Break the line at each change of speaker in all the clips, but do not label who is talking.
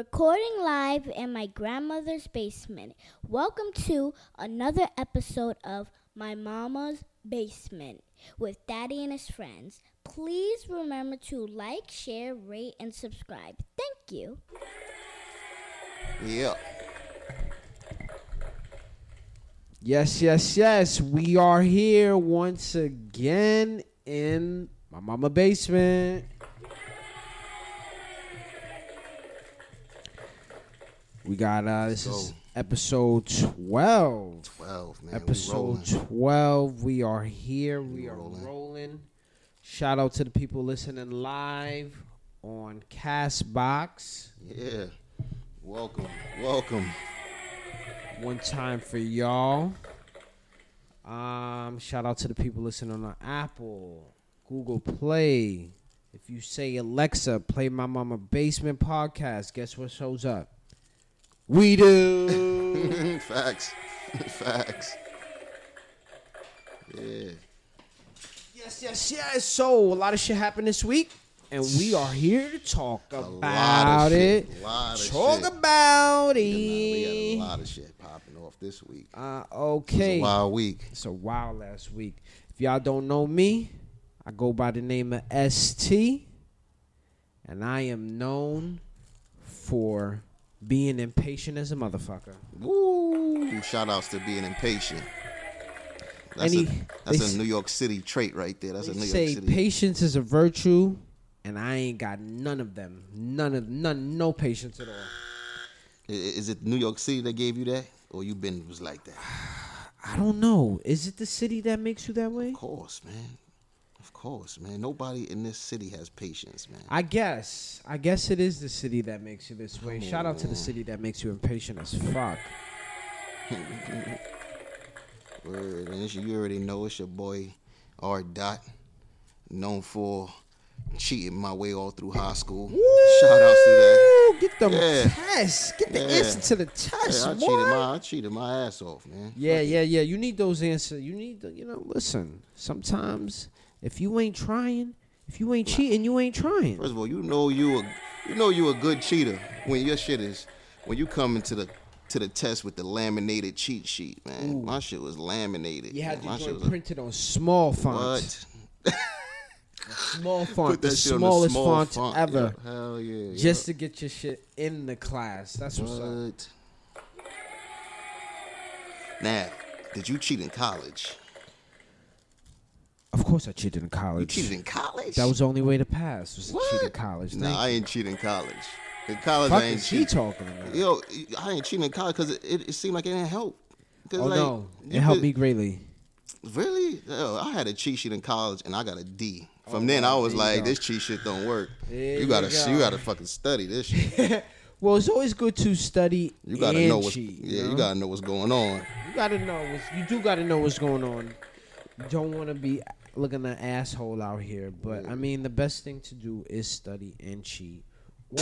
recording live in my grandmother's basement. Welcome to another episode of My Mama's Basement with Daddy and his friends. Please remember to like, share, rate, and subscribe. Thank you.
Yeah.
Yes, yes, yes. We are here once again in my mama basement. We got uh this is
go.
episode 12.
12, man. we rolling.
episode 12. We are here. We
We
are
rolling.
rolling. Shout out to the people listening live on Castbox.
Yeah. Welcome. Welcome.
One time for y'all. Um, shout out to the people listening on Apple, Google Play. If you say Alexa, play my mama basement podcast, guess what shows up? We do.
Facts. Facts. Yeah.
yes, yes, yes. So a lot of shit happened this week, and we are here to talk
A
about
lot of
it.
shit. A lot of
Talk
shit.
about
Nah, we
it.
had a lot of shit popping off this week.
Uh,
It was
okay.
a wild week.
It's a wild last week. If y'all don't know me, I go by the name of ST, and I am known for being impatient as a motherfucker.
Woo. Shout outs to being impatient. That's,
Any-
a, that's
they
a
s-
New York City trait right there. That's a
They
New York
say
City.
patience is a virtue, and I ain't got none of them. None of none, no patience at all.
I- Is it New York City that gave you that? Or you been was like that?
I don't know. Is it the city that makes you that way?
Of course, man. Of course, man. Nobody in this city has patience, man.
I guess. I guess it is the city that makes you this way.
Come
Shout out to
on.
the city that makes you impatient as fuck.
Word. And it's, you already know it's your boy R. Dot, known for cheating my way all through high school. Shout outs to that.
Woo! Get them
Yeah.
tests. Get the
Yeah.
answer to the
Yeah,
test.
I
Yeah,
cheated my I cheated my ass off, man.
yeah, yeah, yeah. You need those answers. You need the, you know, listen. Sometimes if you ain't trying, if you ain't cheating, you ain't trying.
First of all, you know you a you know you a good cheater when your shit is when you come into the to the test with the laminated cheat sheet, man. My shit was laminated.
You had
man. my
your
shit was
joint
a-
printed on small font.
what?
Small
Put
font.
that
The
shit on the
smallest
small
font,
font.
ever.
Yeah, hell yeah. yeah.
Just to get your shit in the class. That's what's up.
What? Now, did you cheat in college?
Of course I cheated in
You
college.
cheated in college?
That was the only way to pass was to
what?
cheat in college.
Nah, I
Thank-
ain't cheating in college. In college,
fuck
I ain't
is he
cheat.
talking about?
Yo, I ain't cheating in college because it, it, it seemed like it didn't help. 'Cause,
oh
like,
no.
you
It helped
could-
me greatly.
Really? Yo, I had a cheat sheet in college and I got a D. From
Oh,
then, I was
there you
like,
go.
this cheat shit don't work.
There
you gotta,
you go.
you gotta fucking study this shit.
well, it's always good to study
You gotta
and
know what's,
cheat.
yeah,
know?
you gotta know what's going on.
You gotta know what's you do gotta know what's going on. You don't want to be looking an asshole out here, but I mean the best thing to do is study and cheat,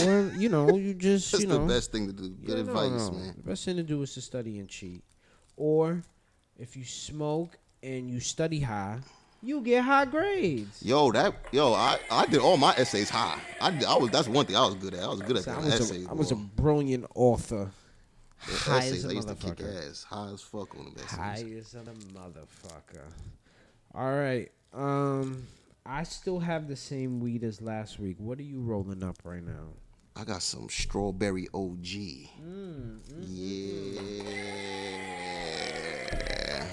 or you know you just
That's
you know
the best thing to do. Good
Yeah, no,
advice,
no.
man.
The best thing to do is to study and cheat, or if you smoke and you study high, you get high grades.
Yo, that yo, I, I did all my essays high. I, did- I was that's one thing I was good at. I was good at
So I
that
was,
essays.
a, I was a
boy.
brilliant author.
Yeah,
High as
essays,
a
I used to kick
motherfucker.
ass, high as fuck on the essays.
High as a motherfucker. All right. Um, I still have the same weed as last week. What are you rolling up right now?
I got some strawberry OG.
Mm,
Yeah.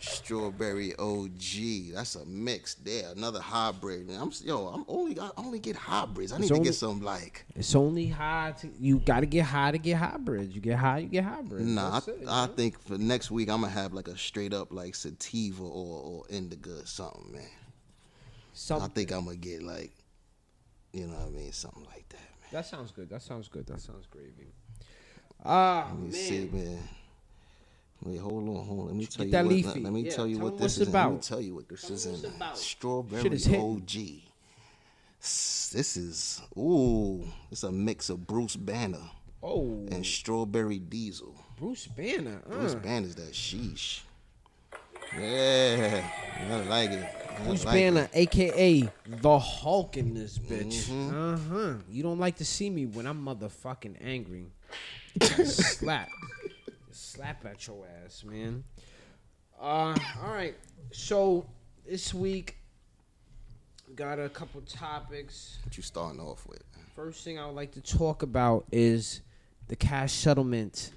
Strawberry OG. That's a mix there. Another hybrid. Man, I'm s- yo, I'm only I only get hybrids. I need to
only-
get some like
It's only high. To, you got to get high to get hybrids. You get high, you get hybrids.
Nah,
That's
I,
it,
I
man.
think for next week I'm gonna have like a straight up like sativa or, or indica or something, man.
Some-
I think I'm gonna get like, you know what I mean, something like that, man.
that sounds good. That sounds good. That sounds gravy. Ah
Let me
man,
see, man. Wait, hold on, hold on. Let me tell
Get
you
that
what.
leafy.
Let me
Yeah,
tell you
tell
what
them
this
what's
is. in. Let me
about.
tell you what this is.
them what's
in.
about.
Strawberry
Shit is hitting.
OG. S- This is ooh. It's a mix of Bruce Banner
oh
and Strawberry Diesel.
Bruce Banner. Uh.
Bruce Banner's that sheesh. Yeah, I like it.
Bruce
like
Banner, aka the Hulk, in this bitch.
Mm-hmm.
Uh huh. You don't like to see me when I'm motherfucking angry. slap, slap at your ass, man. Uh, all right. So this week got a couple topics.
What you starting off with?
First thing I would like to talk about is the cash settlement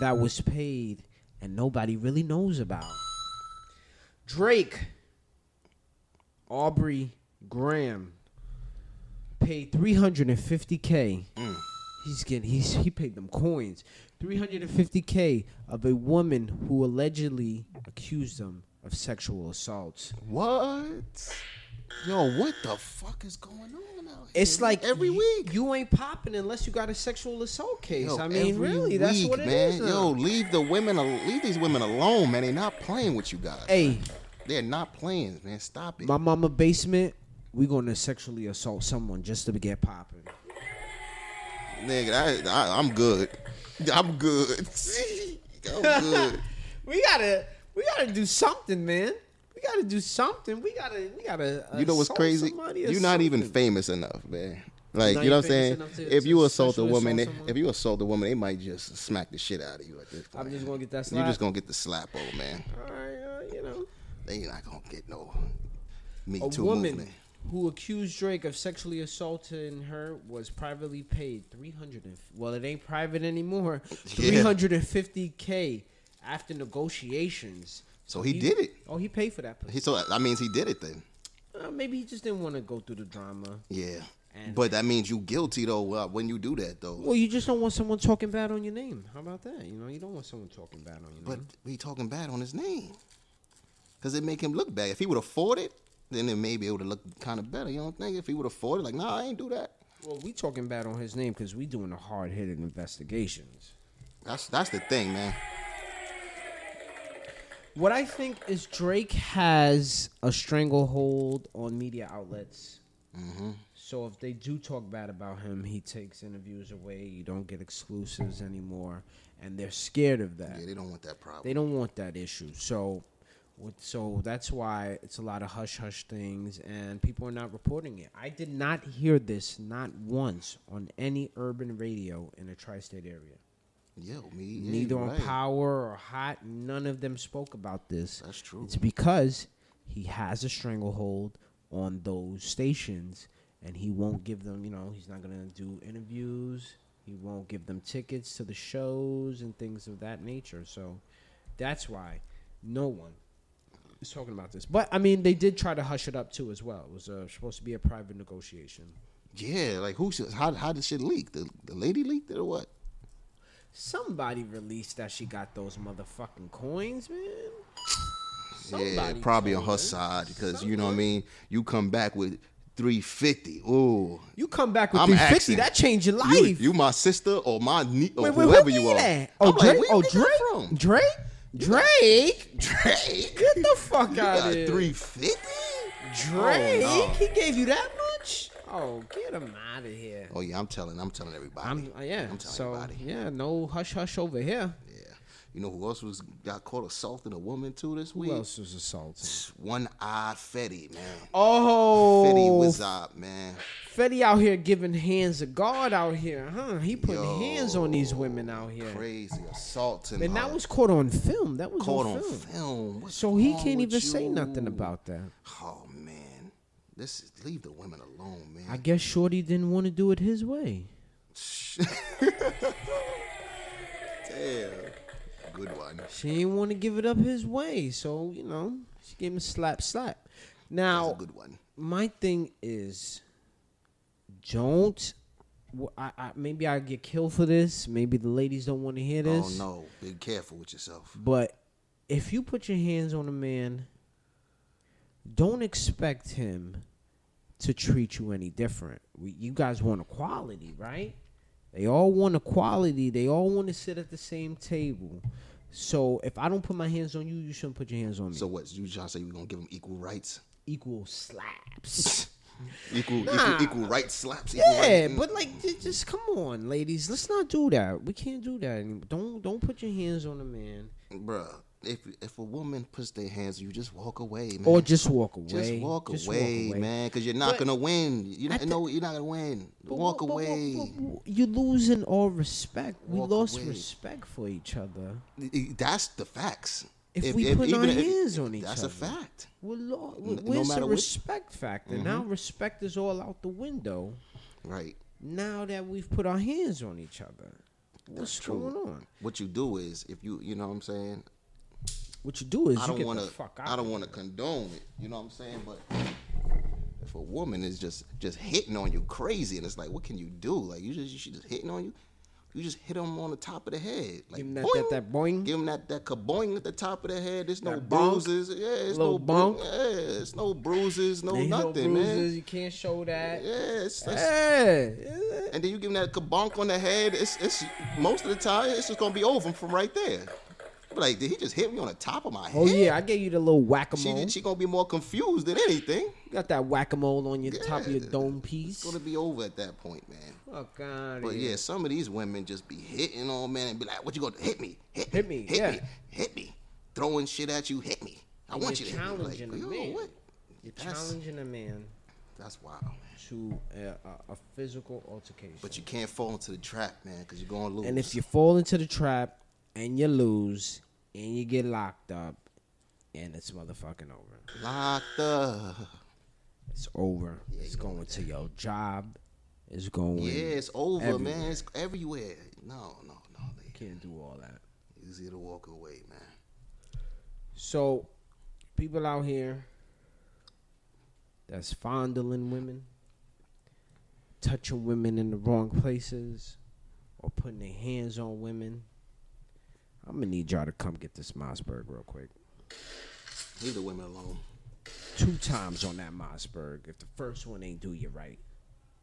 that was paid and nobody really knows about. Drake, Aubrey Graham paid 350k. He's getting he's he paid them coins. 350k of a woman who allegedly accused him of sexual assault.
What? Yo, what the fuck is going on out here?
It's like
every
y-
week.
you ain't popping unless you got a sexual assault case.
Yo,
I mean,
every
really, that's
week,
what it is.
man.
now.
Yo, leave the women, al- leave these women alone, man. They not playing with you guys.
hey,
They're not playing, man. Stop it.
my mama basement. We gonna sexually assault someone just to get popping.
Nigga, I, I, I'm good. I'm good. I'm good.
We gotta, we gotta do something, man. We gotta do something. We gotta, we gotta.
you know what's
assault
crazy?
somebody or
You're not even
something.
famous enough, man. Like
Not
you know what I'm
even
saying?
famous enough to-
if
to
you assault a
sexually
woman,
assault
they-
someone?
if you assault a woman, they might just smack the shit out of you at this point.
I'm just gonna get that
You're just
slap.
gonna get the slap, old man.
All right, uh, you know,
They not gonna get no me
a
too
woman
movement.
who accused Drake of sexually assaulting her was privately paid 300 and, well it ain't private anymore
Yeah.
350k after negotiations
So he did it.
oh he paid for that pussy.
He so that means he did it then.
Uh, maybe he just didn't want to go through the drama
Yeah.
And-
but that means you guilty though uh, when you do that though.
well you just don't want someone talking bad on your name how about that you know you don't want someone talking bad on your
But
name
we talking bad on his name. Cause it make him look bad. If he would afford it, then it maybe it would have looked kind of better. You don't think? If he would afford it, like, nah, I ain't do that.
well we talking bad on his name because we doing the hard-hitting investigations
That's that's the thing, man.
What I think is Drake has a stranglehold on media outlets.
Mm-hmm.
So if they do talk bad about him, he takes interviews away. You don't get exclusives anymore, and they're scared of that.
Yeah, they don't want that problem.
They don't want that issue. So, what- so that's why it's a lot of hush hush things, and people are not reporting it. I did not hear this not once on any urban radio in the tri-state area.
Yo, me yeah,
Neither
you
on
right.
Power or Hot, none of them spoke about this.
That's true.
It's because he has a stranglehold on those stations, and he won't give them. You know, he's not gonna do interviews. He won't give them tickets to the shows and things of that nature. So that's why no one is talking about this. But I mean, they did try to hush it up too, as well. It was uh, supposed to be a private negotiation.
Yeah, like who? should- How how did shit leak? The the lady leaked it or what?
Somebody released that she got those motherfucking coins, man.
yeah, probably on her
told
side because you know what I mean. You come back with three fifty. Ooh,
You come back with
I'm
350,
asking.
that changed your life.
you, you my sister or my nie- or
Wait, wait,
whoever
who
you
did
are.
that?
I'm
Oh,
like,
Drake?
where
oh,
you think that
Drake?
from?
Drake? Drake?
Drake.
Get the fuck out of
got
here.
three fifty. Oh,
Drake? He gave you that much? Oh, get him out of here.
Oh yeah, I'm telling. I'm telling everybody.
I'm, uh, yeah.
I'm telling
so,
everybody.
yeah, no hush hush over here.
Yeah. You know who else was got caught assaulting a woman too this
Who
week?
else was assaulted?
One eye Fetty, man.
Oh,
Fetty was up, man.
Fetty out here giving hands of God out here, huh? He putting
Yo,
hands on these women out here.
Crazy assaulting.
And that
her.
was caught on film. That was
caught
on,
on
film.
film. What's
So he
wrong
can't
with
even say nothing
you?
about that.
Oh man, this is leave the women alone, man.
I guess Shorty didn't want to do it his way.
Damn, good one.
She didn't want to give it up his way. So, you know, she gave him a slap, slap.
That's a
Now,
good one.
my thing is don't. wh- I, I, maybe I get killed for this. Maybe the ladies don't want to hear
Oh
this.
no, be careful with yourself.
But if you put your hands on a man, don't expect him to treat you any different. We, you guys want equality, right? They all want equality. They all want to sit at the same table. So if I don't put my hands on you, you shouldn't put your hands on me.
So what? You trying to say we gonna give them equal rights?
equal slaps.
Equal,
Nah.
equal, equal rights slaps. equal
yeah,
rights- mm.
but like, j- just come on, ladies. Let's not do that. We can't do that. anymore. Don't don't put your hands on a man.
bruh, if if a woman puts their hands, on you just walk away, man.
Or just walk away.
Just walk away, man, because you're not
But
gonna win. You
at
don't,
the-
no, you're not gonna win. walk away.
You're losing all respect. We
Walk
lost
away.
respect for each other.
I- I- That's the facts.
If we put our hands on each
that's
other.
a fact.
We're lo-
no
where's
matter Mm-hmm.
the
what-
respect factor? Now respect is all out the window.
Right.
Now that we've put our hands on each other, what's going on?
What you do is if you you know what I'm saying.
What you do is
I
you
don't
get
want
the
to.
fuck out.
I don't
of
want to
here.
condone it. You know what I'm saying? But if a woman is just just hitting on you crazy, and it's like, what can you do? Like you just she just hitting on you. You just hit them on the top of the head. Like
Give 'em that- that-
boing.
that boing.
Give them that that kaboing at the top of the head. There's no
That bonk.
bruises. Yeah, it's no
Little
bru-
bonk.
Yeah, it's no bruises. No
Ain't no
nothing,
bruises,
man.
You can't show that.
Yeah, it's, that's,
Hey,
and then you give them that kabonk on the head. It's it's most of the time it's just gonna be over from right there. Like did he just hit me on the top of my head?
Oh yeah, I gave you the little whack a
She,
mole.
she gonna be more confused than anything.
You got that whack a mole on your top of your
Yeah.
dome
It's
piece.
gonna be over at that point, man.
Fuck outta
But
here.
yeah, some of these women just be hitting on men and be like, "What you gonna hit me? Hit,
Hit me,
Hit
yeah.
me! Hit me! Throwing shit at you! Hit me! I
And
want you
you're
to hit me!" Like,
challenging a
yo,
man.
what?
You're
That's-
challenging a man
That's wild, man.
to a, a, a physical altercation.
But you can't fall into the trap, man, because you're gonna lose.
and if you fall into the trap and you lose and you get locked up and it's motherfucking over.
locked up,
It's over. it's going to your job. It's going.
yeah, it's over, man.
everywhere.
It's everywhere. No, no, no. They
Can't do all that.
easy to walk away, man.
So, people out here that's fondling women, touching women in the wrong places, or putting their hands on women. I'm gonna need y'all to come get this Mossberg real quick.
Leave the women alone.
Two times on that Mossberg. If the first one ain't do you right,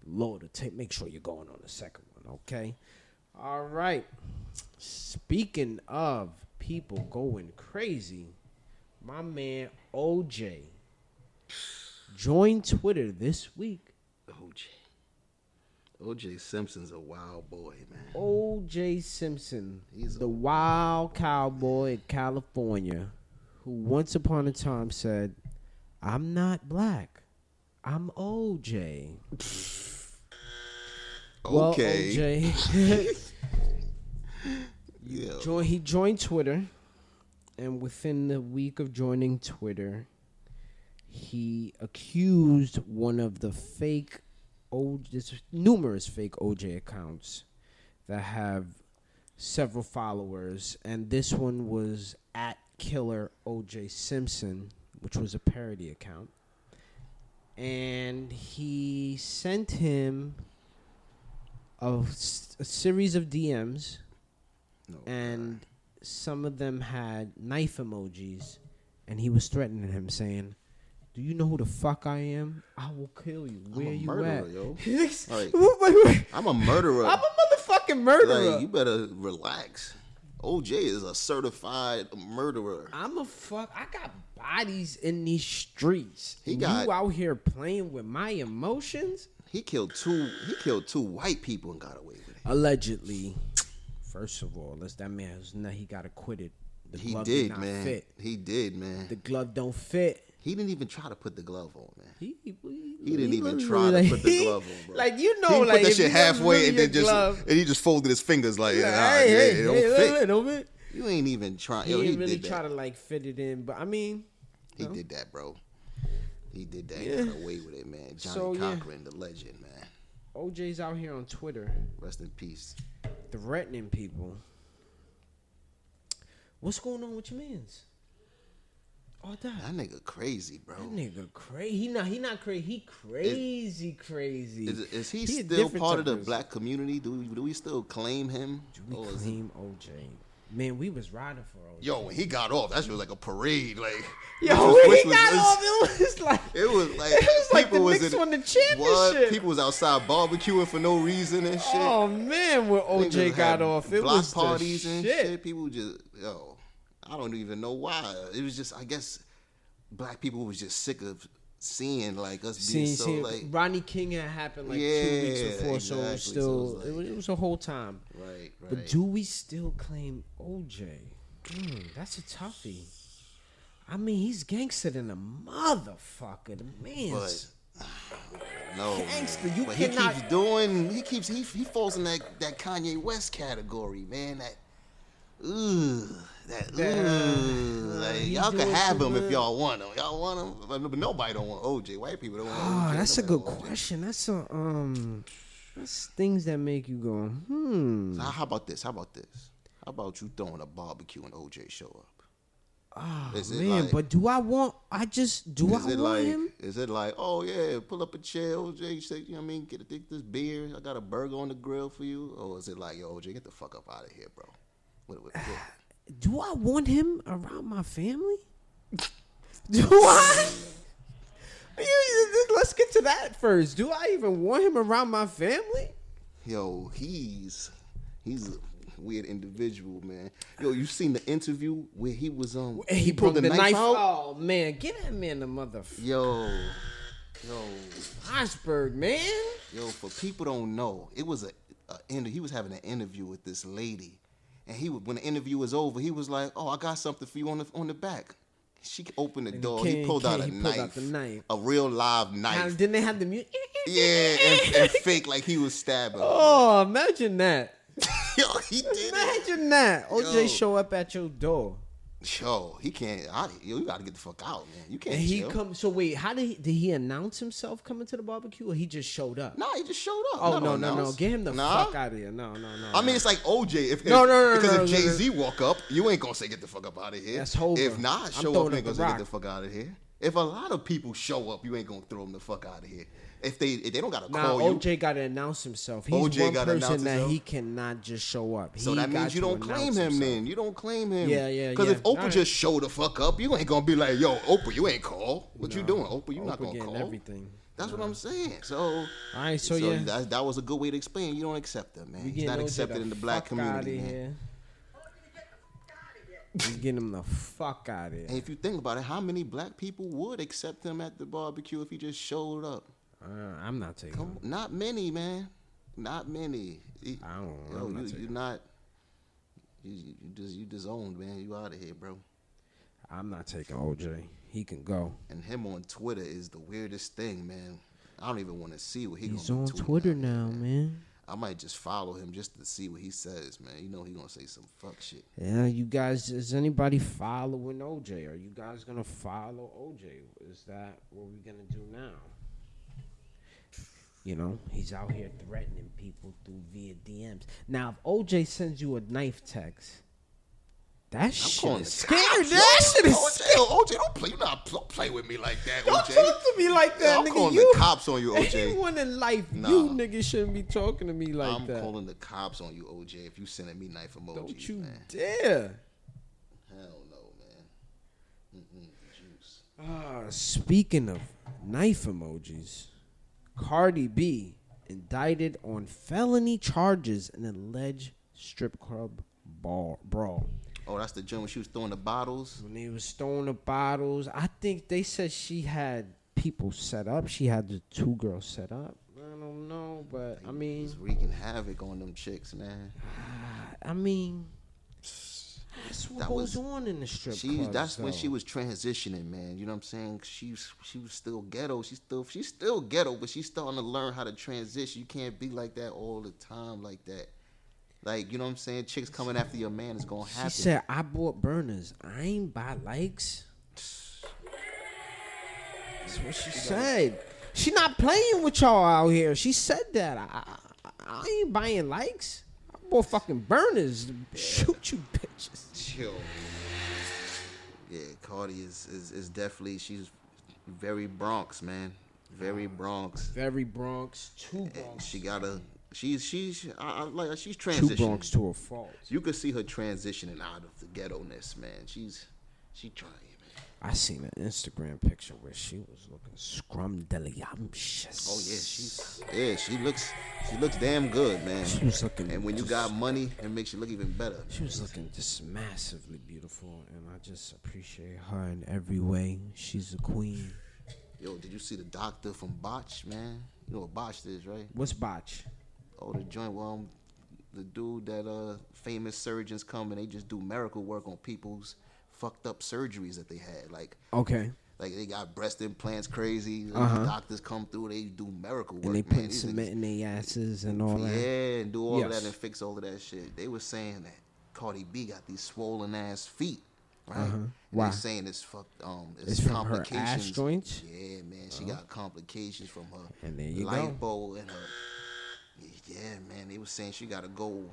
Lord, will take make sure you're going on the second one, okay? All right. Speaking of people going crazy, my man OJ joined Twitter this week.
OJ. OJ Simpson's a wild boy, man.
OJ Simpson,
He's
the wild cowboy in California, who once upon a time said, I'm not black. I'm OJ. Well, OJ.
yeah.
Join, he joined Twitter, and within the week of joining Twitter, he accused one of the fake, OJ, there's numerous fake OJ accounts that have several followers, and this one was at Killer OJ Simpson, which was a parody account, and he sent him. A, s- a series of DMs
No,
and some of them had knife emojis, and he was threatening him, saying, "Do you know who the fuck I am? I will kill you.
I'm
Where
a
you
murderer,
at?
yo. Like-
Like,
I'm a murderer.
I'm a motherfucking murderer.
Like, you better relax. OJ is a certified murderer.
I'm a fuck. I got bodies in these streets.
He
and
got-
you out here playing with my emotions."
He killed two. He killed two white people and got away with it.
Allegedly, first of all, let's that man was not, he got acquitted. The
He
glove
did,
not
man.
fit.
He did, man.
The glove don't fit.
he didn't even try to put the glove on, man.
He, he,
didn't
he
even
literally,
try to put the glove on, bro.
Like you
he
know, like
put that
if
shit
you
halfway
remove
and
your
then just
glove,
and he just folded his fingers like,
like,
"Nah,
hey,
yeah,
hey,
it
hey,
don't
look,
fit."
look, don't fit.
You ain't even trying.
He
Yo, he,
didn't really
did that.
try to like fit it in, but I mean,
He
No.
did that, bro. He did that.
Yeah.
And got away with it, man. Johnny
So, yeah.
Cochran, the legend, man.
OJ's out here on Twitter
Rest in peace.
threatening people. What's going on with your man's? Oh, that,
That nigga crazy, bro.
that nigga crazy. He not he not crazy. He crazy crazy.
Is, is he
He a
still
different
part
type
of the
person.
black community? Do we, do we still claim him?
Do we
Or is-
claim OJ? Man, we was riding for OJ.
Yo, when he got off, that shit was like a parade. Like,
Yo,
which was-
when
which
he
was-
got
was-
off, it was like
It was like
it was like the
people was
Knicks
in-
won the
What?
championship.
People was outside barbecuing for no reason and shit.
Oh man, when
Niggas
OJ
had
got off, it
block
was
parties
the
and
shit.
People just yo, I don't even know why. It was just I guess black people was just sick of seeing like us being
Seeing,
so
seeing-
like
Ronnie King had happened like two weeks
Yeah,
before, so it was
exactly. So it
still
was
it,
like-
was, it was a whole time.
right, right.
But do we still claim OJ? Mm, that's a toughie. I mean, he's gangster than a motherfucker. The man's.
But no, man.
Gangster, you
but
cannot-
he keeps doing. He keeps he he falls in that that Kanye West category, man. That ooh, that ooh, like,
uh, he
y'all
doing
could have
too
him if
much.
y'all want him. Y'all want him, but no- but nobody don't want OJ. White people don't want.
oh,
OJ.
that's a
Nobody
good
want OJ.
question. That's a um, that's things that make you go, hmm.
Now, how about this? How about this? How about you throwing a barbecue and OJ show up?
Oh,
Is it
man,
like-
but do I want? I just do I
Is
want
it like
him?
is it like oh yeah, pull up a chair, OJ? Say you know what I mean? Get a drink this beer. I got a burger on the grill for you. Or is it like yo OJ, get the fuck up out of here, bro? What, what, what?
Do I want him around my family? Do I? You- Let's get to that first. Do I even want him around my family?
Yo, he's he's a weird individual, man. Yo, you seen the interview where he was um
And he, pulled, the, knife, out. Oh man, get that man the motherfucker.
Yo, yo,
Iceberg man.
yo. For people don't know, it was a, a inter- he was having an interview with this lady, and he would when the interview was over, he was like, "Oh, I got something for you on the on the back." She opened the
And he
door.
came-
He pulled
came-
out a
he pulled
knife,
out the knife.
a real live
Now,
knife.
didn't they have the music?
Yeah, and, and fake like he was stabbing.
Oh, imagine that.
Yo, he did it.
Imagine that. OJ
Yo.
show up at your door.
Yo, he can't. I, yo, you gotta get the fuck out, man. You can't.
And he
chill.
comes. So wait, how did he, did he announce himself coming to the barbecue, or he just showed up?
No, he just showed up.
oh
Not
no,
on
no, no!
announce.
Get him the
Nah.
fuck out of here! No, no, no!
I mean, it's like OJ. If, if
No, no, no,
because
no, no,
if Jay Z walk up, you ain't gonna say get the fuck up out of here.
That's over.
If not,
I'm
show up,
throwing
you ain't
up
gonna
the
say
rock.
get the fuck out of here. If a lot of people show up, you ain't gonna throw them the fuck out of here. If they if they don't gotta
now
call you,
OJ got to announce himself. He's
OJ
one
gotta announce
person that
himself?
he cannot just show up.
so
He
that
got
means you
to
don't claim
announce
him.
himself.
Then you don't claim him.
Yeah, yeah,
Because
yeah.
if Oprah
Alright.
just show the fuck up, you ain't gonna be like, yo, Oprah, you ain't call. What you doing, Oprah? You not
Oprah
gonna
getting
call.
everything.
That's what I'm saying. So,
All right, so, yeah,
that, that was a good way to explain. You don't accept that, man.
we
He's
getting
not
OJ
accepted
the
in the black
fuck
community,
outta
man.
here. We getting him the fuck out of here.
And if you think about it, how many black people would accept him at the barbecue if he just showed up?
Uh, I'm not taking. him.
Come- Not many, man. Not many. It-
I don't-
Yo,
I'm not
you,
taking
you're not. You, you you just you disowned, man. You out of here, bro.
I'm not taking OJ. He can go.
And him on Twitter is the weirdest thing, man. I don't even want to see what he
He's
gonna
on
be tweeting
Twitter
out there,
now, man.
I might just follow him just to see what he says, man. You know he gonna say some fuck shit.
Yeah, you guys, is anybody following OJ? Are you guys gonna follow OJ? Is that what we're gonna do now? You know, he's out here threatening people through via DMs. Now, if OJ sends you a knife text, that
I'm
shit
calling
is
the
scary.
cops, yo.
That shit is
OJ,
scary.
OJ, don't play. You not don't play with me like that,
Don't
OJ.
talk to me like
Yeah,
that,
I'm
nigga.
calling
You,
the cops on you, OJ.
anyone in life,
Nah.
you nigga shouldn't be talking to me like
I'm
that.
calling the cops on you, OJ. If you sending me knife emojis,
Don't you
man.
dare.
Hell no, man. Mm-mm, juice.
Ah, speaking of knife emojis, Cardi B indicted on felony charges in alleged strip club bar brawl.
Oh, that's the joint when she was throwing the bottles.
When they was throwing the bottles, I think they said she had people set up. She had the two girls set up. I don't know, but I
He
mean,
was wreaking havoc on them chicks, man.
I mean, that's what
That
goes
was-
on in the strip
She
club.
that's when she was transitioning, man. You know what I'm saying? She was- she was still ghetto. She's still she's still ghetto, but she's starting to learn how to transition. You can't be like that all the time, like that. Like you know what I'm saying? Chicks coming after your man is gonna
She
happen.
said, "I bought burners. I ain't buy likes." That's what she said. She not playing with y'all out here. She said that. I, I, I ain't buying likes. I bought fucking burners. Shoot you bitches.
Chill. Yeah, Cardi is, is is definitely she's very Bronx, man. Very Bronx.
Very Bronx, two
And
Mm. Bronx,
she gotta she's she's I, I like her. she's
two
transitioning.
Bronx to a fault.
You could see her transitioning out of the ghettoness, man. She's she trying, man.
I seen an Instagram picture where she was looking scrumdiddlyumptious.
Oh yeah, she's yeah, she looks she looks damn good, man.
She was looking
and when you
just-
got money, it makes you look even better.
She was looking just massively beautiful, and I just appreciate her in every way. She's a queen.
Yo, did you see the doctor from Botch, man? You know what Botch is, right?
What's botch?
Oh, the joint where um, the dude that uh famous surgeons come and they just do miracle work on people's fucked up surgeries that they had. Like
Okay.
like they got breast implants crazy. Like,
Uh-huh.
The doctors come through, they do miracle work.
And they
man.
put
These niggas-
cement in their asses and all
yeah,
that.
and do all of
Yes.
that and fix all of that shit. They were saying that Cardi B got these swollen ass feet, right?
Uh-huh.
And
Why?
They saying it's fucked. Um, it's,
It's from her ass
complications.
joints? Oh.
Yeah, man, she got complications from her
And there you
lipo
go.
and her. Yeah, man, they were saying she gotta go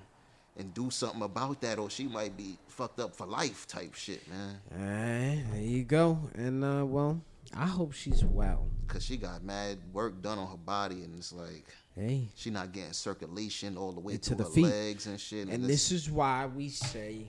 and do something about that, or she might be fucked up for life type shit, man.
All right, there you go. And uh, well, I hope she's well.
Cause she got mad work done on her body, and it's like
Hey,
she not getting circulation all the way
And to
to
the
her
feet.
legs and shit.
and
it's-
this is why we say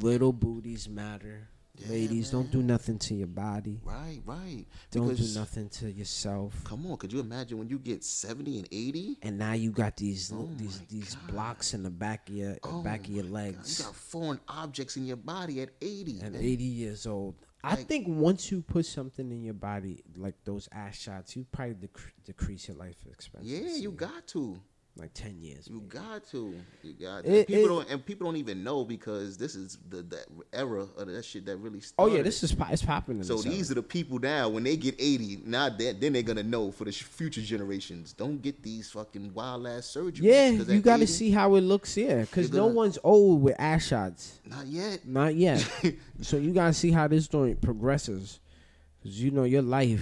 little booties matter.
Yeah,
Ladies, don't do nothing to your body.
Right, right.
Don't
because,
do nothing to yourself.
Come on, could you imagine when you get seventy and eighty?
And now you got these
Oh
these
my
these
God.
blocks in the back of your
Oh
back of your
my God,
legs.
You got foreign objects in your body at eighty.
and
man.
80 years old. I
Like-
think once you put something in your body, like those ass shots, you probably dec- decrease your life
Yeah,
expectancy.
you got to.
like 10 years.
You
maybe.
got to. You got to.
It-
people
it-
don't and people don't even know because this is the that era of that shit that really
oh
started.
yeah, this is pop- it's popping. In
so
this
these
era.
are the people now when they get 80 now that then they're gonna know for the sh- future generations don't get these fucking wild ass surgeries
yeah,
'cause
you
at
got to
80
see how it looks here, because
You're
no
gonna-
one's old with ass shots,
not yet
not yet. so you got to see how this joint progresses, because you know your life,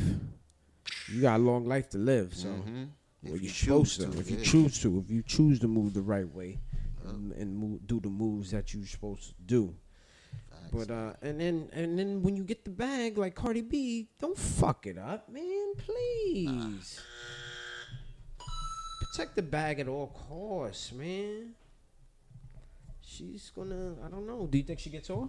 you got a long life to live. So.
Mhm.
Well,
If
you
choose
supposed to, if you
yeah.
choose to, if you choose to move the right way, and,
Uh-huh.
and move, do the moves that you're supposed to do. But uh, and then and then when you get the bag like Cardi B, don't fuck it up, man. Please
Uh.
protect the bag at all costs, man. She's gonna. I don't know. Do you think she gets off?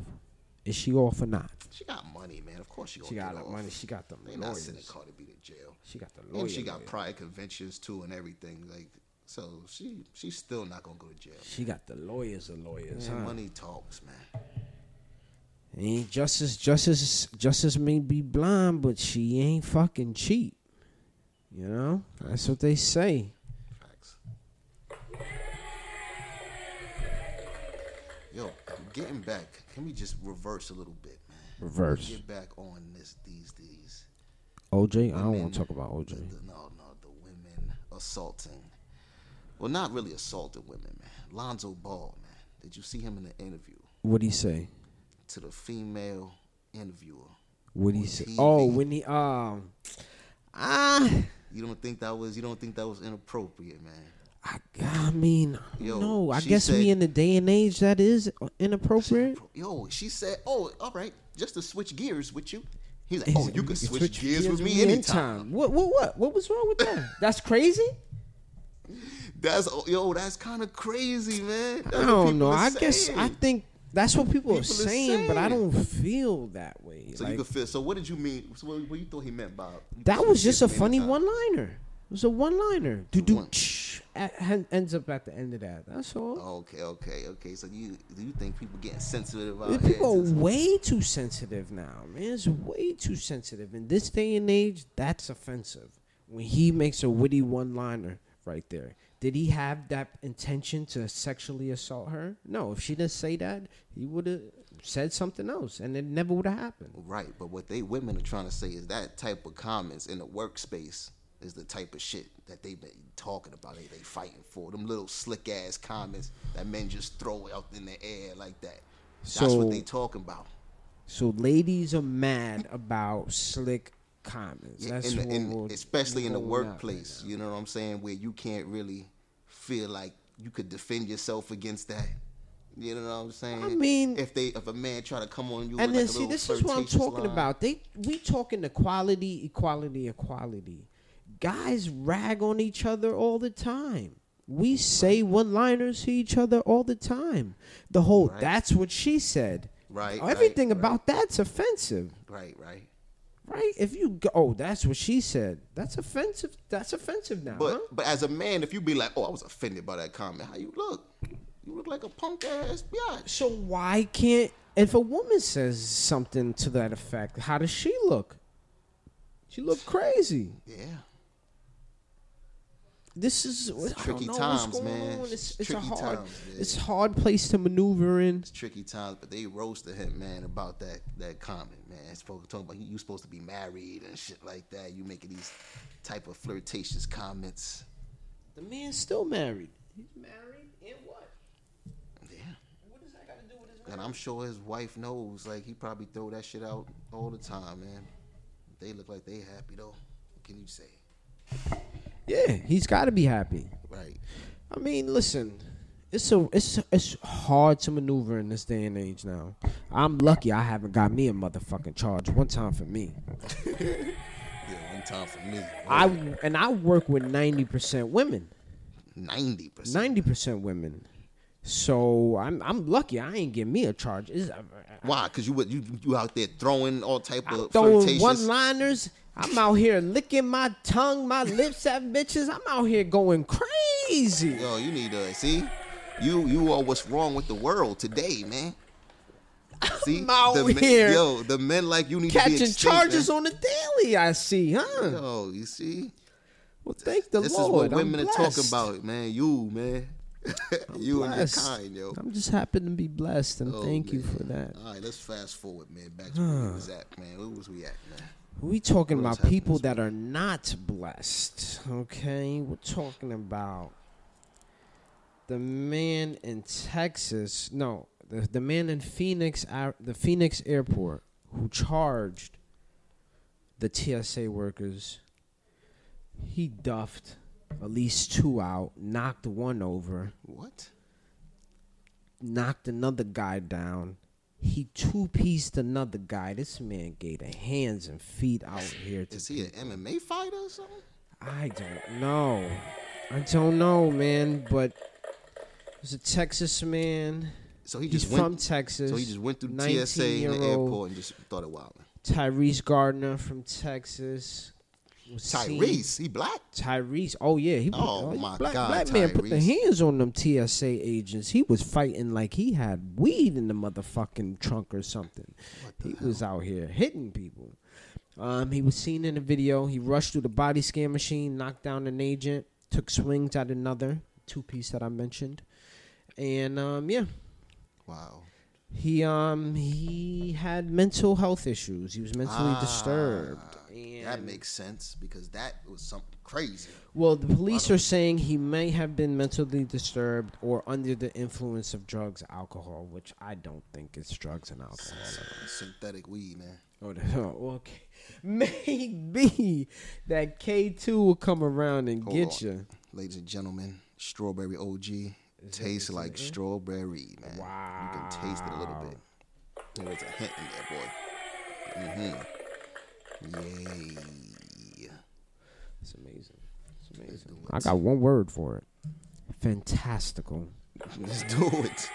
Is she off or not?
She got money, man. Of course she gonna
She got
get
the
off.
money. She got the
They not
lawyers.
sending Cardi B to jail,
She got the lawyer.
and she got
lawyer.
prior conventions too, and everything. Like so, she she's still not gonna go to jail.
she got the lawyers of lawyers.
Man,
huh?
Money talks, man.
Ain't justice, justice, justice may be blind, but she ain't fucking cheap. You know, that's what they say.
Facts. Yo, getting back. Can we just reverse a little bit, man?
Reverse.
Get back on this these these.
OJ, I don't
women-
want to talk about
the-
OJ.
the- no, no, the women assaulting. Well, not really assaulting women, man. Lonzo Ball, man. Did you see him in the interview
What he say?
to the female interviewer?
What he
On
say?
TV.
Oh, when he um, ah,
You don't think that was you don't think that was inappropriate, man?
I, I mean,
Yo,
no, I
she
guess
said-
we in the day and age that is inappropriate.
Yo, she said, "Oh, all right, just to switch gears with you." He's
He
like, "Oh,
said,
you
"We
can switch, gears, with me anytime."
What, what, what, what was wrong with that? That's crazy.
That's oh, yo, that's kind of crazy, man. That's
I
what
don't
people
know.
are
I guess I
saying.
think that's what people, are,
People are
saying, but I
saying.
don't feel that way.
So
like
you could feel. So what did you mean? So what, what you thought he meant by you can
that was
switch
just a
gears with me
funny
anytime?
one-liner. It was a one-liner. Do
One. Oh,
do ends up at the end of that. That's all.
Okay, okay, okay. So you do you think people getting sensitive about
The
it?
people are way too sensitive now, man. It's way too sensitive in this day and age. That's offensive. When he makes a witty one-liner right there, did he have that intention to sexually assault her? No. If she didn't say that, he would have said something else, and it never would have happened.
Right, but what they women are trying to say is that type of comments in the workspace is the type of shit that they've been talking about. They they fighting for them little slick ass comments that men just throw out in the air like that. That's
So-
what they talking about.
So ladies are mad about slick comments.
Yeah,
That's
in the,
what
in,
we're-
especially in the
we're not right
workplace. you know what I'm saying? Where you can't really feel like you could defend yourself against that. You know what I'm saying?
mean-
if they if a man try to come on you,
and
with
then
like a
see,
little
this is what I'm
flirtatious
talking
line,
about. They we talking equality, equality, equality. Guys rag on each other all the time. We say one-liners to each other all the time. The whole
Right.
"that's what she said."
Right, right,
Everything
right.
about that's offensive,
Right, right.
right? If you go, oh, that's what she said. That's offensive. That's offensive now.
But
huh?
but as a man, if you be like, oh, I was offended by that comment, how you look? You look like a punk ass bitch.
So why can't if a woman says something to that effect, how does she look? She look crazy.
Yeah.
this is I don't
tricky
know what's
times,
going
man.
on. It's,
It's
it's a
tricky
hard,
times, man.
it's a hard place to maneuver in.
It's tricky times, but they roasted him, man, about that that comment, man. It's Spoke talking about you supposed to be married and shit like that. You making these type of flirtatious comments.
The man's still married. He's married and what?
Yeah,
What does that got to do with his
and I'm sure his wife knows. Like he probably throw that shit out all the time, man. They look like they happy though. What can you say?
Yeah, he's got to be happy.
Right.
I mean, listen, it's a it's it's hard to maneuver in this day and age now. I'm lucky I haven't got me a motherfucking charge one time for me.
Yeah, one time for me.
I and I work with ninety percent women,
ninety percent.
ninety percent women. So I'm I'm lucky I ain't get me a charge. It's, uh,
Why? Cause you would you you out there throwing all type of
throwing
flirtatious.
one liners. I'm out here licking my tongue, my lips at bitches. I'm out here going crazy.
Yo, you need to see. You you are what's wrong with the world today, man. See,
I'm out
the men,
here
yo, the men like you need to be
Catching
extinct,
charges
man.
on the daily, I see, huh?
Yo, you see,
Well, thank the
this
Lord.
is what women
I'm
are talking
blessed.
about, man. You, man, you and your
Blessed.
kind, yo.
I'm just happy to be blessed, and
Oh,
thank you
man.
for that.
All right, let's fast forward, man. Back to where we was at, man. Where was we at, man?
We talking
What is
about
happening
people
this
that are not blessed, okay? We're talking about the man in Texas, no, the, the man in Phoenix, Ar- the Phoenix airport, who charged the TSA workers. He duffed at least two out, knocked one over.
What?
knocked another guy down. He two pieced another guy. This man gave the hands and feet out here. To
Is he an MMA fighter or something?
I don't know. I don't know, man. But there's a Texas man.
So he
He's
just went.
from Texas.
so he just went through TSA in the
19-year-old
airport and just started wilding.
Tyrese Gardner from Texas. was seen-
Tyrese, he black.
Tyrese. Oh yeah, he.
Oh,
he-
my
black,
God,
Black man put the
Tyrese.
hands on them TSA agents. He was fighting like he had weed in the motherfucking trunk or something. He was out here hitting people. Um, he was seen in a video. He rushed through the body scan machine, knocked down an agent, took swings at another two piece that I mentioned, and um, yeah,
Wow.
he um he had mental health issues. He was mentally
Ah,
disturbed. And
That makes sense because that was something crazy.
Well, the police are saying he may have been mentally disturbed or under the influence of drugs, alcohol, which I don't think it's drugs and alcohol.
Synthetic weed, man.
Oh, the- oh, okay. Maybe that K two will come around and
Hold
get
on.
you.
Ladies and gentlemen, strawberry OG tastes like strawberry, man. You can taste it a little bit. There was a hint in there, boy. Mm-hmm. Yay.
It's amazing. It's amazing. I got one word for it. Fantastical.
Let's do it.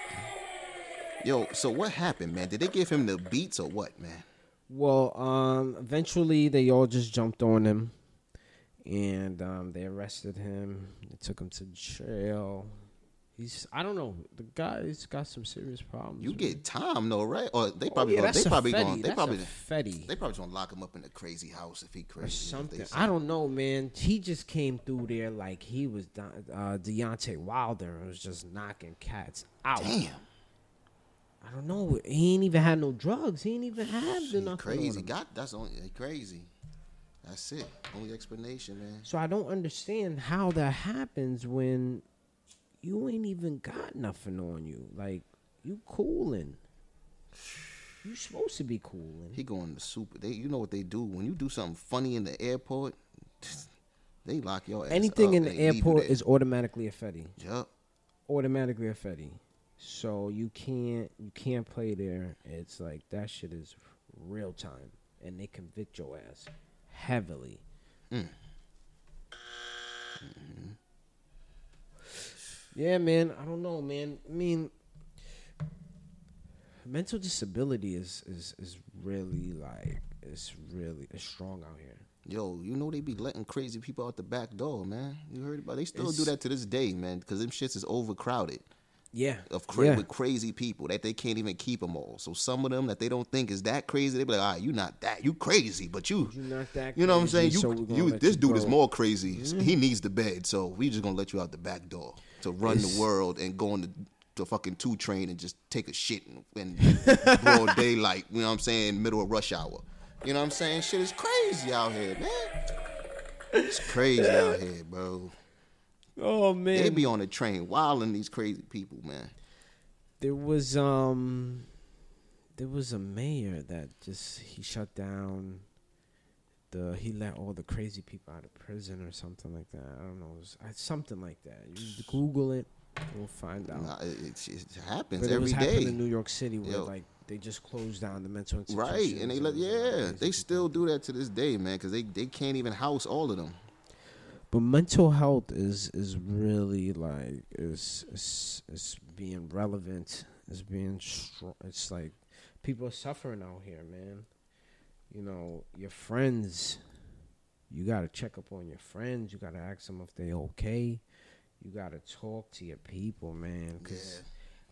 Yo, so what happened, man? Did they give him the beats or what, man?
Well, um, eventually they all just jumped on him, and um, they arrested him. They took him to jail. He's I don't know. The guy's got some serious problems.
You
man.
get time though, right? Or they
Oh,
probably
yeah,
gonna,
that's
they
a
probably
fetty.
gonna, they
That's
probably
a fetty.
they probably just gonna lock him up in a crazy house if he crazy.
or
if they
something.
say-
I don't know, man. He just came through there like he was Don- uh, Deontay Wilder and was just knocking cats out.
Damn,
I don't know. He ain't even had no drugs. He ain't even had
he
nothing. on
crazy.
him.
God, that's only he crazy. That's it. Only explanation, man.
So I don't understand how that happens when you ain't even got nothing on you. Like you cooling. You supposed to be cooling.
He going to super. They, you know what they do when you do something funny in the airport? They lock your ass
Anything
up
in
and
the
they leave you
airport
there.
is automatically a fetty.
Yup.
Automatically a fetty. So you can't you can't play there. It's like that shit is real time, and they convict your ass heavily. Mm. Mm-hmm. Yeah, man. I don't know, man. I mean, mental disability is is is really like it's really it's strong out here.
Yo, you know they be letting crazy people out the back door, man. You heard about? They still do
It's-
that to this day, man. Because them shits is overcrowded.
Yeah.
of cra-
Yeah.
with crazy people that they can't even keep them all. So some of them that they don't think is that crazy, they be like, "Ah, you not that, you crazy, but you,
You not that
You know what I'm saying?
crazy,
You,
so we're gonna
you,
let
this
you
dude is
go." Mm-hmm.
more crazy. He needs the bed, so we just gonna let you out the back door to run
It's-
the world and go on the, the fucking two train and just take a shit in, in broad daylight. You know what I'm saying? Middle of rush hour. You know what I'm saying? Shit is crazy out here, man. It's crazy out here, bro.
Oh man.
They be on the train wilding these crazy people, man.
There was um there was a mayor that just he shut down the he let all the crazy people out of prison or something like that. I don't know, it was uh, something like that. You just Google it, we'll find out.
Nah, it, it, it happens
But it
every
was
day.
happening in New York City where
Yo.
like they just closed down the mental institutions.
Right, and they let
all that
yeah,
crazy
they
people.
still do that to this day, man, because they they can't even house all of them.
But mental health is is really like is is, is being relevant. Is being strong. It's like people are suffering out here, man. You know your friends. You gotta check up on your friends. You gotta ask them if they okay. You gotta talk to your people, man. Cause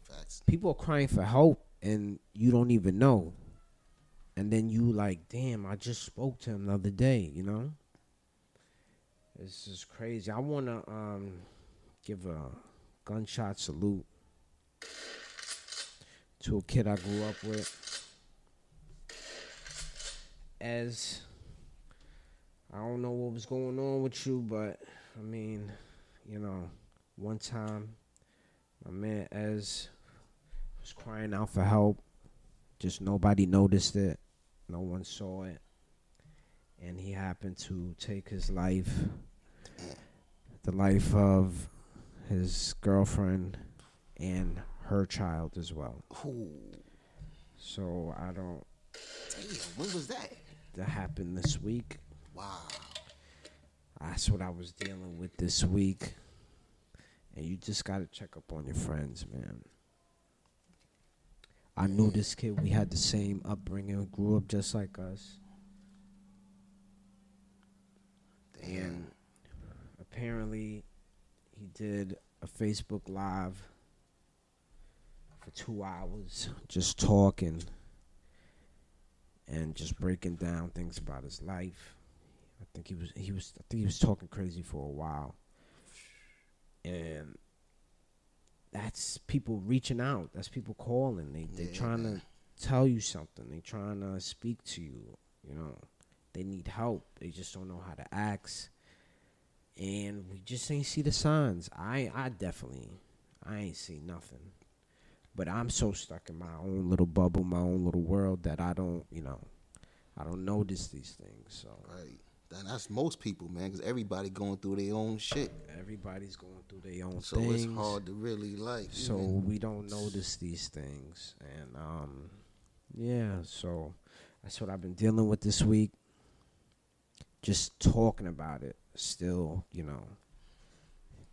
Facts.
people are crying for help and you don't even know. And then you like, damn, I just spoke to him the other day, you know? This is crazy. I wanna um give a gunshot salute to a kid I grew up with. As I don't know what was going on with you, but I mean, you know, one time my man as was crying out for help. Just nobody noticed it. No one saw it. And he happened to take his life, the life of his girlfriend and her child as well.
Ooh,
So I don't,
damn, when was that?
that happened this week.
Wow.
That's what I was dealing with this week. And you just got to check up on your friends, man. I knew this kid. We had the same upbringing, grew up just like us.
Damn.
And apparently, he did a Facebook Live for two hours just talking and just breaking down things about his life. I think he was he was I think he was talking crazy for a while. And that's people reaching out. That's people calling. They they
Yeah,
trying
man.
to tell you something. They trying to speak to you, you know. They need help. They just don't know how to ask. And we just ain't see the signs. I I definitely I ain't see nothing. But I'm so stuck in my own little bubble, my own little world that I don't, you know, I don't notice these things. So
Right. That- That's most people, man, because everybody going through their own shit.
everybody's going through their own
So
things.
it's hard to really like.
So
even-
we don't notice these things, and um, yeah. So that's what I've been dealing with this week. Just talking about it, still, you know,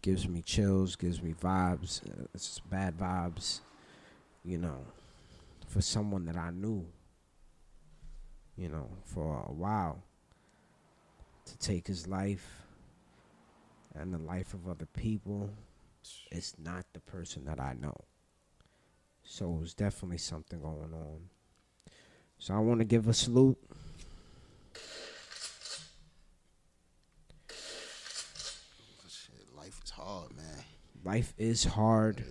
gives me chills, gives me vibes. uh, It's bad vibes, you know, for someone that I knew, you know, for a while. To take his life and the life of other people it's not the person that I know. So it's definitely something going on. So I want to give a salute.
shit, life is hard, man.
Life is hard,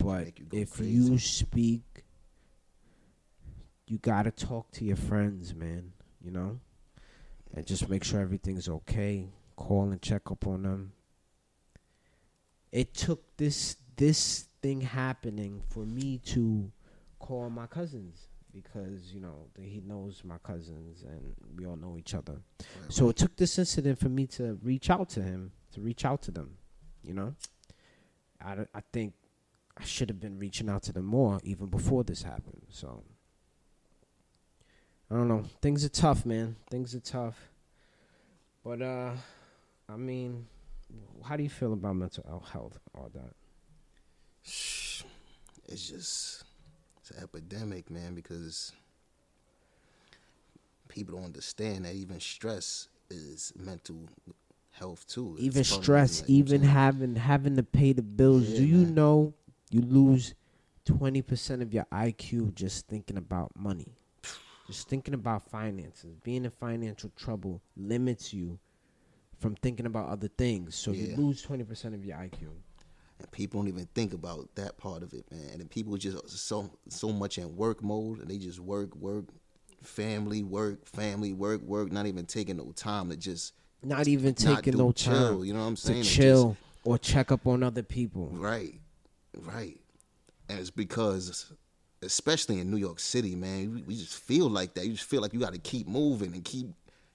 but
Make you go
if
crazy.
you speak, you got to talk to your friends, man, you know? And just make sure everything's okay. Call and check up on them. It took this this thing happening for me to call my cousins because, you know, he knows my cousins and we all know each other.
Right,
So it took this incident for me to reach out to him, to reach out to them, you know? I, don't- I think I should have been reaching out to them more even before this happened. So I don't know. Things are tough, man. Things are tough. But, uh, I mean, how do you feel about mental health- health, all that?
it's just it's an epidemic, man, because people don't understand that even stress is mental health too. It's
even
part of it,
stress,
like,
even
yeah.
having having to pay the bills.
Yeah,
Do you
man.
know You lose 20% of your IQ just thinking about money. Just thinking about finances. Being in financial trouble limits you from thinking about other things. So
Yeah.
you lose 20% of your IQ.
And people don't even think about that part of it, man. And people just are so so much in work mode, and they just work, work, family, work, family, work, work. Not even taking no time to just
Not even
not
taking
do
no
chill,
time
you know what I'm
to
saying? And just-
chill or check up on other people.
Right, right. And it's because, especially in New York City, man, we, we just feel like that. You just feel like you got to keep moving and keep,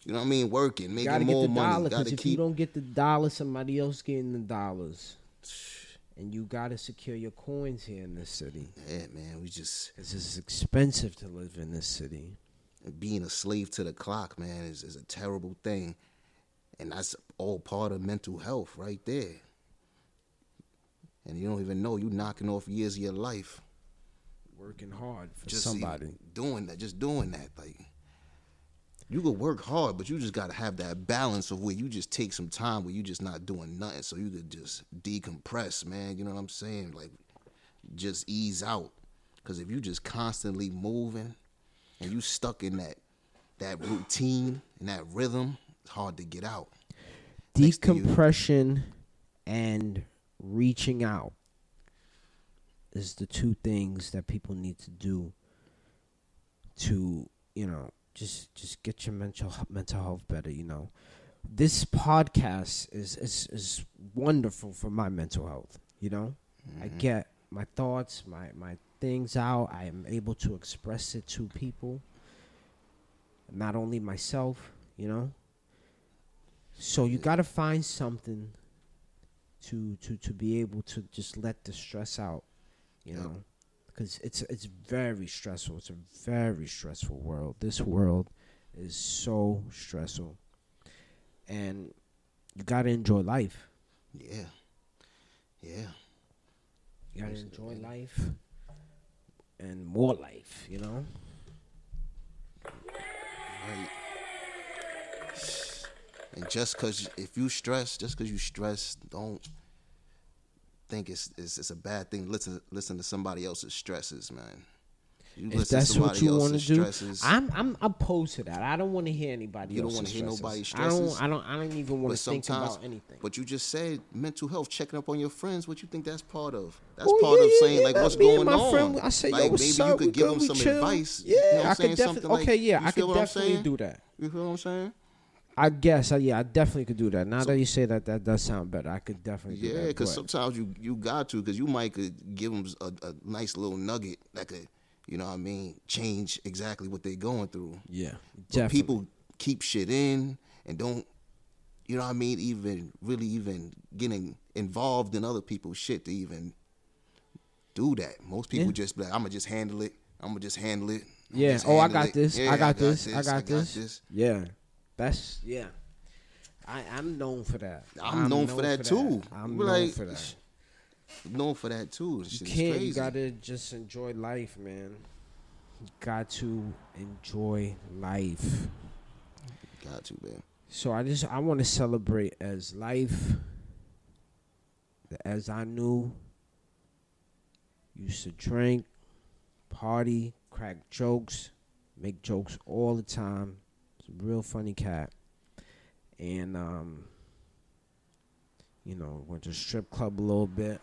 you know what I mean, working, making
gotta
more
get the
money.
dollar
gotta
because if
keep.
you don't get the dollar, somebody else getting the dollars, and you gotta secure your coins here in this city.
yeah, man, we just
'Cause it's expensive to live in this city.
being a slave to the clock, man, is, is a terrible thing, and that's all part of mental health, right there. And you don't even know you knocking off years of your life.
Working hard for
just even
somebody.
doing that, just doing that. Like you could work hard, but you just gotta have that balance of where you just take some time where you just not doing nothing, so you could just decompress, man. You know what I'm saying? Like just ease out, because if you just constantly moving and you stuck in that that routine and that rhythm, it's hard to get out. Next to you.
Decompression and reaching out is the two things that people need to do to, you know, just just get your mental h- mental health better, you know. This podcast is is is wonderful for my mental health, you know? I get my thoughts, my my things out. I am able to express it to people, not only myself, you know. So you gotta find something to to to be able to just let the stress out, you
Yep.
know, because it's it's very stressful. It's a very stressful world. This world is so stressful, and you gotta enjoy life.
Yeah, yeah.
You gotta enjoy life and more life, you know?
Right. And just cause if you stress, just cause you stress, don't think it's it's, it's a bad thing. Listen listen to somebody else's stresses, man. You
If that's what you want to do,
stresses.
I'm I'm opposed to that. I don't want to hear anybody.
You don't
want
wanna
to
hear nobody's
I don't.
stresses?
I don't. I don't even want
but
to think
sometimes,
about anything.
but you just said mental health, checking up on your friends. What you think that's part of? That's
Oh,
part
yeah,
of
yeah,
saying
yeah,
like
man.
what's
Me and
going
my
on.
friend, I said, yo,
like
what's
maybe
up?
you
We
could give
good,
them
we
some
chill.
advice.
Yeah,
you know what
I
I'm
could
saying?
definitely-
Something like-
okay, yeah,
you
I
feel
could
what I'm
definitely
saying?
do that.
You feel what I'm saying?
I guess. I, yeah, I definitely could do that. Now that you say that, that does sound better. I could definitely. do
Yeah,
that,
because
but-
sometimes you you got to because you might could give them a, a nice little nugget that could you know what I mean change exactly what they're going through.
yeah,
But
definitely.
people keep shit in and don't you know what I mean even really even getting involved in other people's shit to even do that. Most people
Yeah.
just be like I'm gonna just handle it. I'm gonna just handle it. I'ma
Yeah.
just
Oh, I
handle
got
it.
this.
Yeah,
I got this. I got this.
this.
Yeah, that's yeah. I I'm known for that.
I'm known for that, too.
I'm
We're
known
like,
for that.
Known for that too. It's
You
just
can't.
crazy.
You gotta just enjoy life, man. You got to enjoy life.
got to man.
So I just I want to celebrate as life. As I knew, used to drink, party, crack jokes, make jokes all the time. It's a real funny cat, and um, you know, went to strip club a little bit.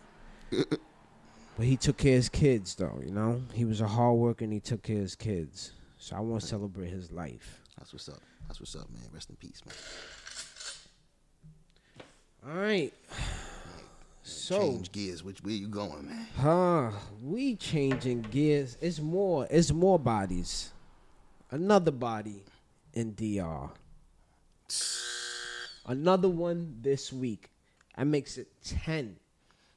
But he took care of his kids, though. You know, he was a hard worker and he took care of his kids. So I want to celebrate his life.
That's what's up. That's what's up, man. Rest in peace, man.
All right. So,
Change gears. Which where you going, man?
huh? We changing gears. It's more. It's more bodies. Another body in DR. Another one this week. That makes it ten.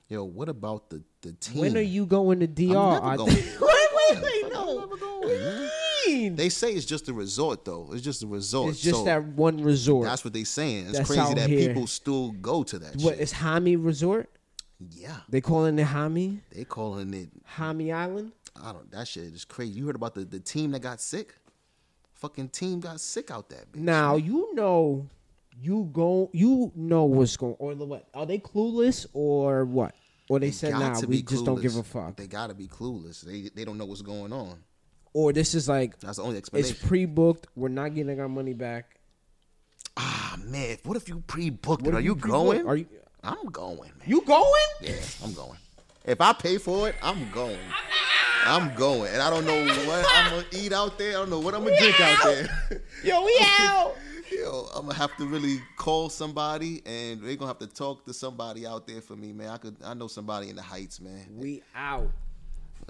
Yo, what about the the team?
When are you going to
Hmm. I'm
DR?
never
Are-
going.
wait, wait, wait,
I'm
no.
never going,
What do
man.
you mean?
They say it's just a resort, though. It's just a resort.
It's just
so
that one resort.
That's what they saying. It's
That's
crazy
out
that
here.
people still go to that.
what
shit.
it's Hami Resort.
yeah,
They calling it Hami.
they calling it.
Hami Island.
I don't. That shit is crazy. You heard about the the team that got sick? Fucking team got sick out that bitch.
Now you know, you go, you know what's going, or the what? Are they clueless or what? Or they said,
got
nah,
to
we
be
just don't give a
clueless.
fuck.
They gotta be clueless. They they don't know what's going on.
Or this is like,
That's the only
it's
explanation.
pre booked. We're not getting our money back.
ah man, what if you pre-booked
What
it? Are
if
you,
pre-booked?
going?
Are you,
I'm going, man.
you going?
Yeah, I'm going. If I pay for it, I'm going. I'm going, and I don't know what I'm gonna eat out there. I don't know what I'm gonna drink out there.
Yo, we out.
Yo, I'm gonna have to really call somebody, and they're gonna have to talk to somebody out there for me, man. I could, I know somebody in the Heights, man.
we out.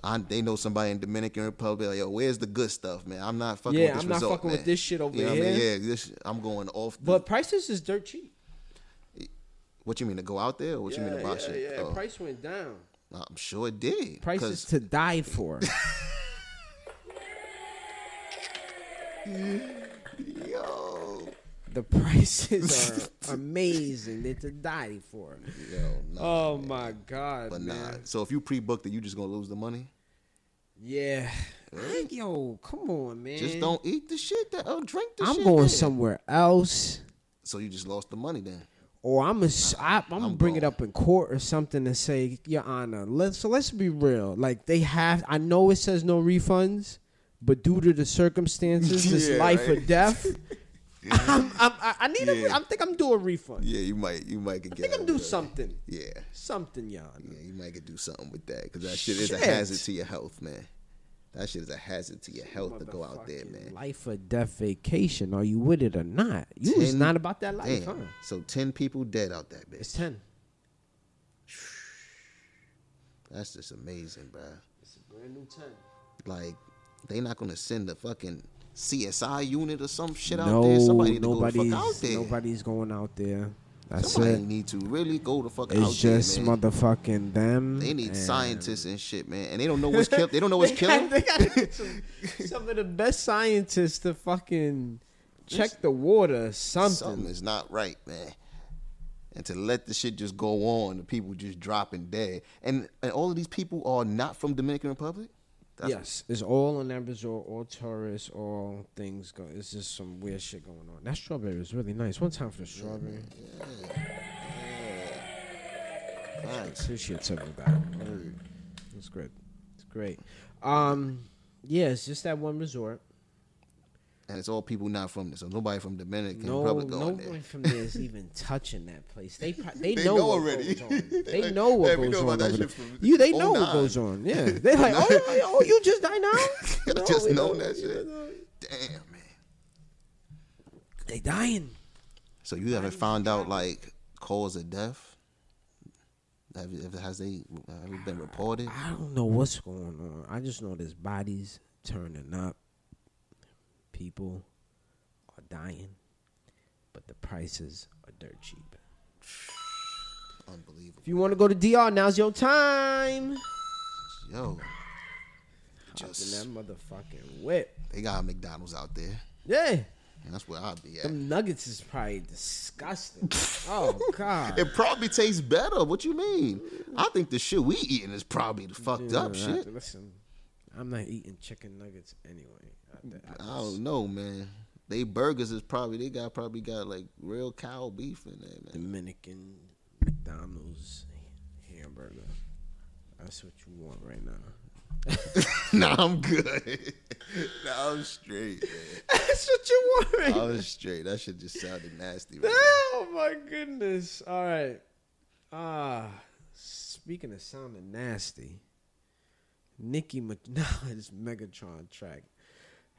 I, they know somebody in Dominican Republic. Like, Yo, where's the good stuff, man? I'm not fucking.
Yeah,
with this
I'm not
result,
fucking
man.
with this shit over
You know what I mean?
here.
Yeah, this, I'm going off. The,
But prices is dirt cheap.
what you mean to go out there? Or what you mean to buy shit? Oh,
Price went down.
I'm sure it did. 'cause-
Prices to die for.
yo,
the prices are amazing. They're to die for.
yo, no.
Oh my god,
But
man.
nah. So if you pre-booked it, you just gonna lose the money.
Yeah. I- yo, come on, man.
Just don't eat the shit that or drink the shit.
I'm going
then.
somewhere else,
So you just lost the money then.
or I'm a, I, I'm gonna bring it up in court or something and say, Your Honor, let's so let's be real. Like they have. I know it says no refunds, but due to the circumstances, it's
Yeah,
life or
right.
death. I'm, I'm, I I need a.
Yeah.
I think I'm doing a refund.
Yeah, you might you might could
I think I'm doing something.
Yeah,
Something, Your Honor.
yeah, you might could do something with that because that shit is a
Shit.
hazard to your health, man. That shit is a hazard to your health to go out there,
Motherfucking
man.
Life or death vacation. Are you with it or not? You was
Ten-
not about that life, huh?
Damn. So ten people dead out that
It's
bitch.
ten.
That's just amazing, bro.
It's a brand new ten.
Like they not gonna send the fucking CSI unit or some shit out
no,
there. Somebody need to go the
nobody's,
fuck out there.
nobody's going out there. That's
Somebody
it.
need to really go the fuck out
It's just
there, man.
motherfucking them.
They need
and-
scientists and shit, man, and they don't know what's kill. They don't know what's
They got-
killing.
they gotta get some, some of the best scientists to fucking check the water. Something.
Something is not right, man. And to let the shit just go on, the people just dropping dead, and and all of these people are not from Dominican Republic. That's-
yes, it's all on that resort, all tourists, all things go. It's just some weird shit going on. That strawberry is really nice. One time for the strawberry.
Facts.
Appreciative of that. It's great. It's great. Um, yeah, it's just that one resort.
And it's all people not from there. So nobody from Dominican
no,
Republic
no
going
one
there.
from there is even touching that place. They pro- they,
They
know,
know
what
already.
Goes on. They
They-
know
yeah,
what
we
goes
know about
on.
that
over
shit
there.
from
you they know what
09.
goes on. Yeah, they like oh, oh you just died now. No,
just
we
know
don't-
that
we
shit.
don't-
Damn, man.
They dying.
So you haven't found out like cause of death? Have, have- has they have it been reported?
I don't know what's going on. I just know there's bodies turning up. People are dying, but the prices are dirt cheap.
Unbelievable.
If you want to go to DR, now's your time.
Yo,
Just
just
that motherfucking whip.
they got McDonald's out there.
Yeah,
And that's where I'll be at.
them nuggets is probably disgusting. oh god.
It probably tastes better. What you mean? I think the shit we eating is probably the fucked
Yeah,
up shit.
Mm, I- Listen, I'm not eating chicken nuggets anyway. I- I
I
just-
don't know, man. They burgers is probably they got probably got like real cow beef in there, man.
Dominican McDonald's hamburger. That's what you want right now.
nah, I'm good. nah, I'm straight. Man.
That's what you want right
I was straight. That shit just sounded nasty. Man.
Oh my goodness. All right. Ah, speaking of sounding nasty, Nicki Minaj's Megatron track.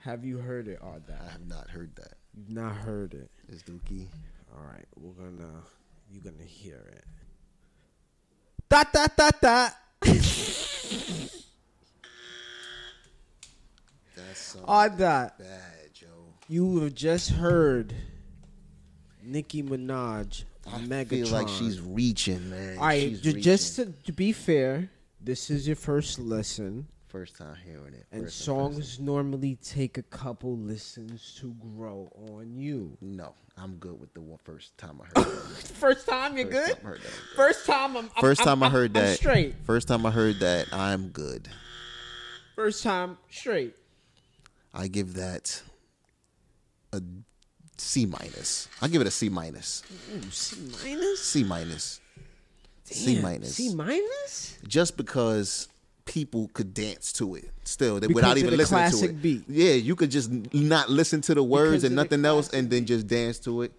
Have you heard it, or
I have not heard that.
You've not heard it.
Is Dookie?
All right, we're gonna you're gonna hear it. Da da da da.
That's so
Or that.
bad, yo.
You have just heard Nicki Minaj
I
Megatron.
feel like she's reaching, man.
All right,
She's
ju-
reaching.
just to, to be fair, this is your first listen,
first time hearing it.
and
first time
songs normally take a couple listens to grow on you.
first- No, I'm good with the one first time I heard. it.
First time, you're
First
good.
time I heard that, I'm good.
First time, I'm, I'm
First
I'm-
time I
I'm-
heard
I'm
that.
straight.
First time I heard that, I'm good.
First time, straight.
I give that a C minus. I give it a C minus.
Ooh, C minus.
C minus. C
Damn,
minus.
C minus?
just because people could dance to it still that
Because
without
of
even
the
listening
classic
to it.
beat.
Yeah, you could just n- not listen to the words
Because
and
of the
nothing else and then just dance to it.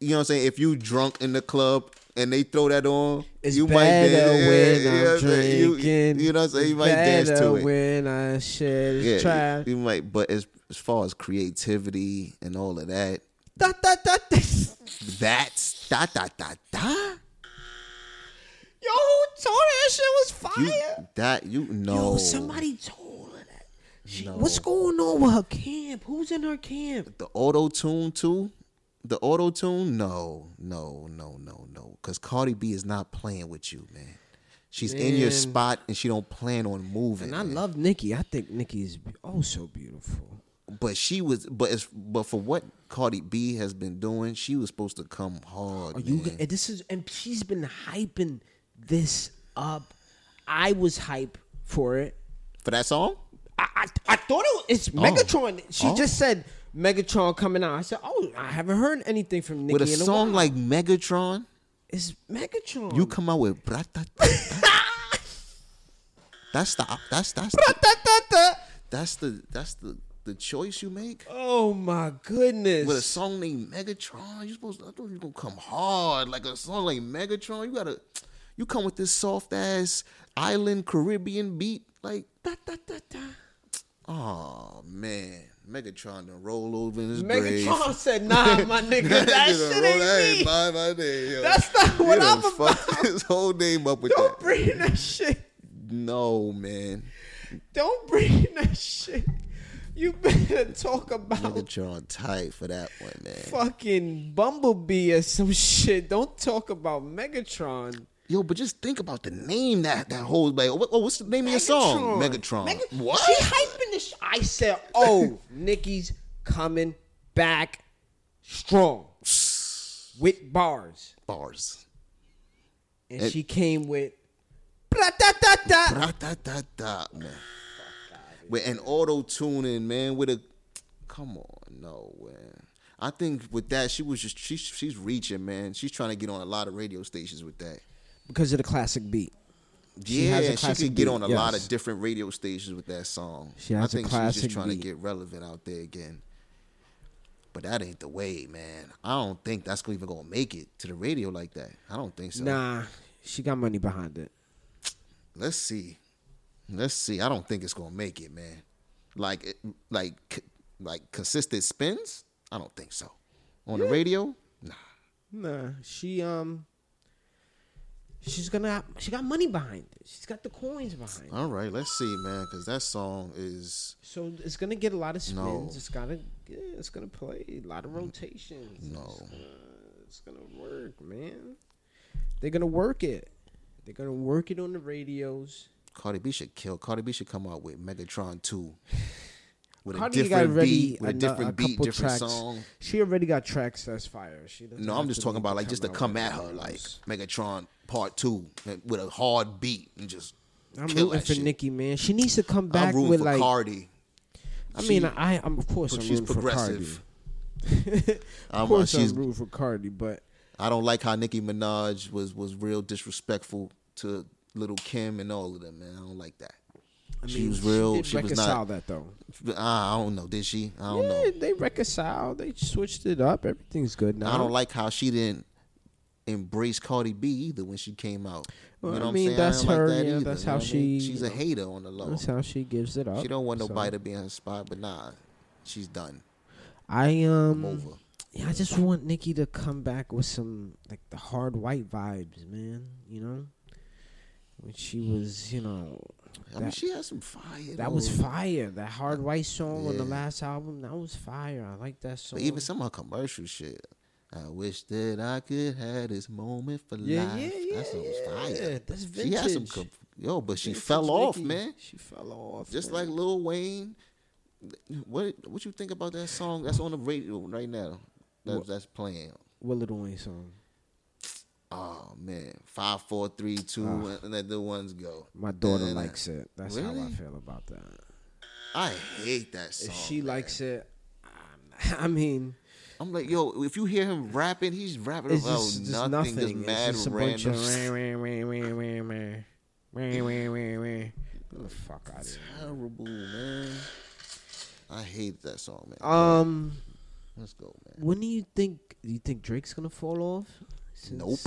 You know what I'm saying? If you drunk in the club and they throw that on,
It's
you might
better
dance.
when
yeah,
I'm
yeah, you-
drinking.
You, know what I'm saying? You
It's
might dance to
better
it.
when I shed
Yeah,
yeah,
you, you might. But as as far as creativity and all of that,
Da, da, da, da.
that's da da da da.
Yo, who told her that shit was fire?
You that you know.
Yo, somebody told her that. She, What's going on with her camp? Who's in her camp?
the auto tune too. The auto tune, no, no, no, no, no. Cause Cardi B is not playing with you, man. She's in your
Man.
spot and she don't plan on moving.
And I
man.
love Nikki. I think Nikki is be- oh so beautiful.
but she was, but it's, but for what Cardi B has been doing, she was supposed to come hard.
Are you?
man.
And this is and she's been hyping this up. I was hype for it.
for that song?
I I, I thought it was, it's Megatron. She
Oh.
just said Megatron coming out. I said, oh, I haven't heard anything from Nikki
With a
in a
song
while.
like Megatron,
it's Megatron.
you come out with brat. That's the that's that's the, that's the that's the the choice you make.
Oh my goodness.
with a song named Megatron. You supposed to, I thought you gonna come hard like a song like Megatron. You gotta you come with this soft ass island Caribbean beat like
Da, da, da, da.
oh man. Megatron to roll over in his grave.
Megatron said, "Nah, my nigga, that
Nigga done
shit
rolled-
ain't
hey,
me.
bye, my name, yo.
That's not what
You done
I'm
fucked His whole name up with
Don't
that.
bring that shit.
No, man.
Don't bring that shit. You better talk about
Megatron tight for that one, man.
fucking Bumblebee or some shit. Don't talk about Megatron.
Yo, but just think about the name that that whole like. What, oh, what's the name of your song? Megatron.
Meg-
what?
She hyping this. sh- I said, "Oh, Nikki's coming back strong with bars,"
Bars.
and
It-
she came with. "Bra da da da."
da da da da man. With an auto tuning, man. With a come on, no man. I think with that, she was just she's she's reaching, man. She's trying to get on a lot of radio stations with that.
Because of the classic beat. She
yeah,
has a
she
classic
could get
beat,
on a lot of
yes.
different radio stations with that song.
She has
I
a
think she's
classic
just trying
beat.
to get relevant out there again. But that ain't the way, man. I don't think that's even gonna make it to the radio like that. I don't think so.
Nah, she got money behind it.
let's see, let's see. I don't think it's gonna make it, man. Like, it, like, c- like consistent spins. I don't think so. On the radio, nah.
Nah, she um, she's gonna she got money behind it. She's got the coins behind it.
All right, let's see, man, because that song is
So it's gonna get a lot of spins.
No.
It's gotta yeah, it's gonna play a lot of rotations.
No.
it's gonna, it's gonna work, man. They're gonna work it. They're gonna work it on the radios.
Cardi B should kill. Cardi B should come out with Megatron two, with
Cardi
a
got
different
already
beat, with a
ano-
different beat,
couple
different
tracks.
song.
She already got tracks that's fire. She doesn't
No,
have
I'm just
to
talking
really
about like just to
out
come
with
at her like
those.
Megatron Part Two like, with a hard beat and just
I'm
kill
rooting
that
for
shit.
Nikki, man. She needs to come
I'm
back
rooting
with
for
like
Cardi.
I mean,
She-
I, I'm of course
but
I'm
she's
rooting for Cardi.
progressive. I'm-
of course,
she's-
I'm rooting for Cardi, but
I don't like how Nicki Minaj was was real disrespectful to little Kim and all of them, man. I don't like that.
I mean,
she was real. She,
did
was
reconcile
not. Ah,
that though.
I don't know. Did she? I don't
yeah,
know.
they reconciled. They switched it up. Everything's good now.
I don't like how she didn't embrace Cardi B either when she came out.
Well,
you
I
know
mean,
what I'm saying?
that's
I don't
her,
like that
yeah,
either.
that's
you know
how
what I mean?
she-
She's a hater on the low.
That's how she gives it up.
She don't want
so.
nobody to be in her spot, but nah, she's done.
I
I'm
um,
over.
yeah, I just want Nikki to come back with some like the hard white vibes, man. You know, when she was, you know,
I mean,
that-
she had some fire.
that was
though.
fire. That hard white song on the
Yeah.
last album, that was fire. I like that song.
But even some of her commercial shit. I wish that I could have this moment for
Yeah,
life.
yeah, yeah,
that song was
yeah.
fire.
That's vintage.
She had some com- yo, but she
Vintage
fell off,
Nicki.
man.
She fell off.
Just
man.
like Lil Wayne. What what you think about that song that's on the radio right now? That,
What?
that's playing.
what Little Wayne song?
Oh man, five, four, three, two, and let the ones go.
Ah. My daughter
And I-
likes it. That's how I
Really?
feel about that.
I hate that song.
If she
man.
likes it, I'm- I mean,
I'm like, yo, if you hear him rapping, he's rapping
It's
about
just, just
nothing,
nothing.
just
It's
mad
just a
random.
bunch of rah, rah, rah, rah, rah, rah, rah, rah, rah. Get the fuck out of here.
terrible, man. I hate that song, man.
Um,
Let's go, man.
when do you think do you think Drake's gonna fall off? Since-
Nope.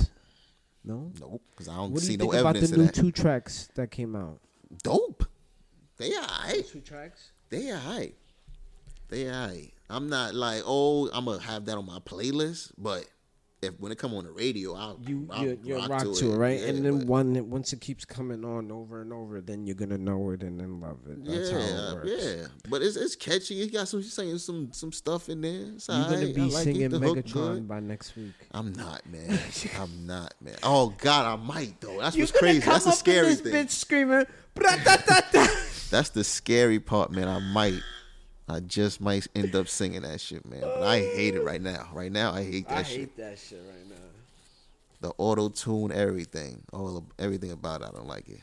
No.
Nope, because I don't
What do
see
you
no
think about the
evidence of
new
that.
two tracks that came out?
Dope. They alright.
Two tracks.
They alright. They alright. I'm not like, oh, I'm gonna have that on my playlist, but if when it come on the radio, I'll
You
I'll
you're, you're rock, to, it, right? and then one that- once it keeps coming on over and over, then you're gonna know it and then love it. That's
yeah,
how it works.
yeah, but it's it's catchy. He got some. He's saying some some stuff in there. It's
You're gonna
alright.
be
I like it.
singing
The hook good.
Megatron by next week.
I'm not, man. I'm not, man. Oh God, I might though. That's what's crazy. That's the scary thing.
screaming.
That's the scary part, man. I might, I just might end up singing that shit, man. But I hate it right now. Right now, I hate that
I
shit.
hate that shit right now.
The auto tune, everything, all of, everything about it, I don't like it.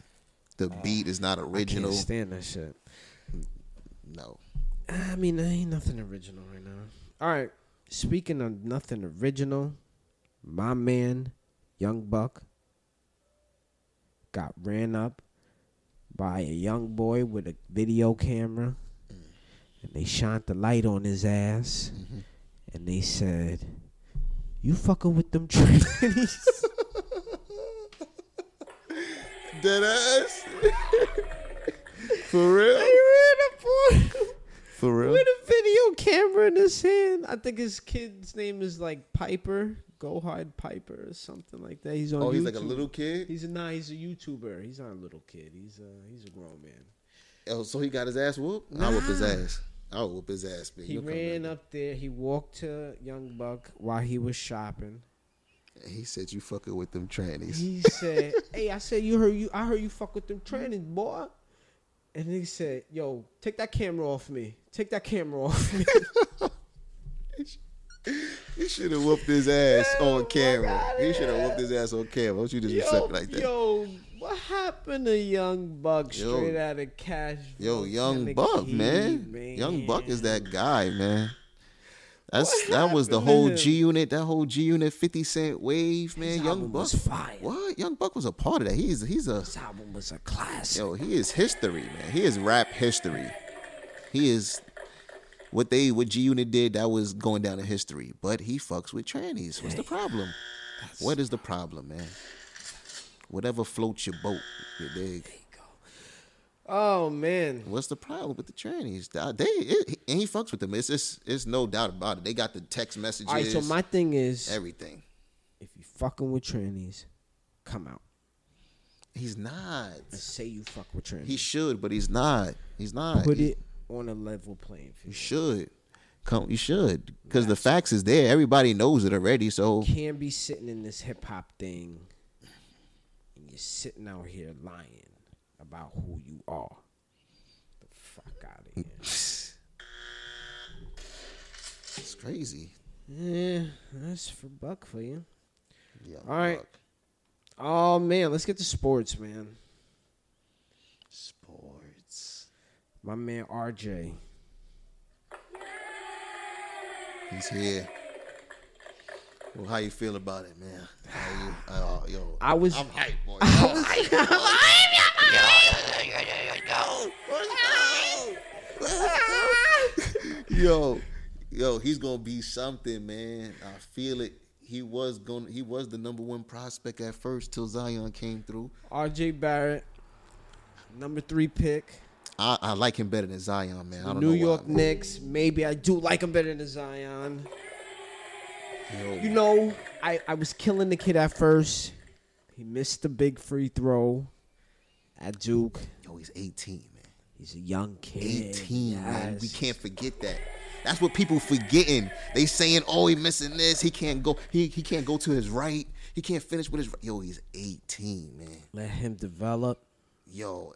The beat is not
Uh, Can't
original.
stand that shit.
No,
I mean, there ain't nothing original right now. All right. Speaking of nothing original, my man, Young Buck, got ran up by a young boy with a video camera. And they shined the light on his ass.
Mm-hmm.
And they said, You fucking with them trannies.
dead ass. For real,
they ran up on
for real.
with a video camera in his hand. I think his kid's name is like Piper, Gohide Piper, or something like that. He's on.
Oh, he's like a
YouTube.
little kid.
He's a nah, he's a YouTuber. He's not a little kid. He's a he's a grown man.
Oh, so he got his ass whooped. I whoop his
Nah.
ass. I will whoop his ass, man.
He
You'll come
ran
back.
up there. He walked to Young Buck while he was shopping.
He said, "You fucking with them trannies."
He said, "Hey, I said you heard you. I heard you fuck with them trannies, boy." And he said, "Yo, take that camera off me. Take that camera off me."
He should have whooped his ass
Oh
on
my
camera.
God,
he should have
yeah.
whooped his ass on camera. Don't you just
yo,
accept it like that? Yo,
yo, what happened to Young Buck
Yo.
straight out of cash?
Young Buck, man. Young Buck is that guy, man. That's that was the
happened to
whole
him?
G Unit, that whole G Unit Fifty Cent wave, man. Young
album
Buck,
was fire.
what? Young Buck was a part of that. He's he's a
This album was a classic.
yo. He is history, man. He is rap history. He is what they what G Unit did. That was going down in history. But he fucks with trannies. What's the problem? What is the problem, man? Whatever floats your boat, you dig.
Oh man,
What's the problem with the trannies? Uh, They it, and he fucks with them. It's, it's it's no doubt about it. They got the text messages,
all right. So my thing is,
everything.
if you fucking with trannies, come out
He's not.
and say you fuck with trannies.
He should, but he's not. He's not.
Put
He-
it on a level playing
You
field.
should come. You should because the facts is there. Everybody knows it already. So
Can't be sitting in this hip hop thing, and you're sitting out here lying about who you are. The fuck out of here.
it's crazy.
Yeah, Eh, that's for buck for you.
Yeah.
All right. Oh man, let's get to sports, man.
Sports.
My man RJ.
He's here. Well, how you feel about it, man? How you, uh, yo,
I was-
I'm hype, boy. I was. Hype, boy. yo, yo, he's gonna be something, man. I feel it. He was going. to He was the number one prospect at first till Zion came through.
RJ Barrett, number three pick.
I, I like him better than Zion, man. I don't
New
know
York
why, man.
Knicks. Maybe I do like him better than Zion.
Yo,
You know, I, I was killing the kid at first. He missed the big free throw at Duke.
yo, he's 18, man.
He's a young kid.
18, man. We
Yes.
can't forget that. That's what people forgetting. They saying, "Oh, he missing this. He can't go. He he can't go to his right. He can't finish with his right." Yo, he's 18, man.
Let him develop.
Yo,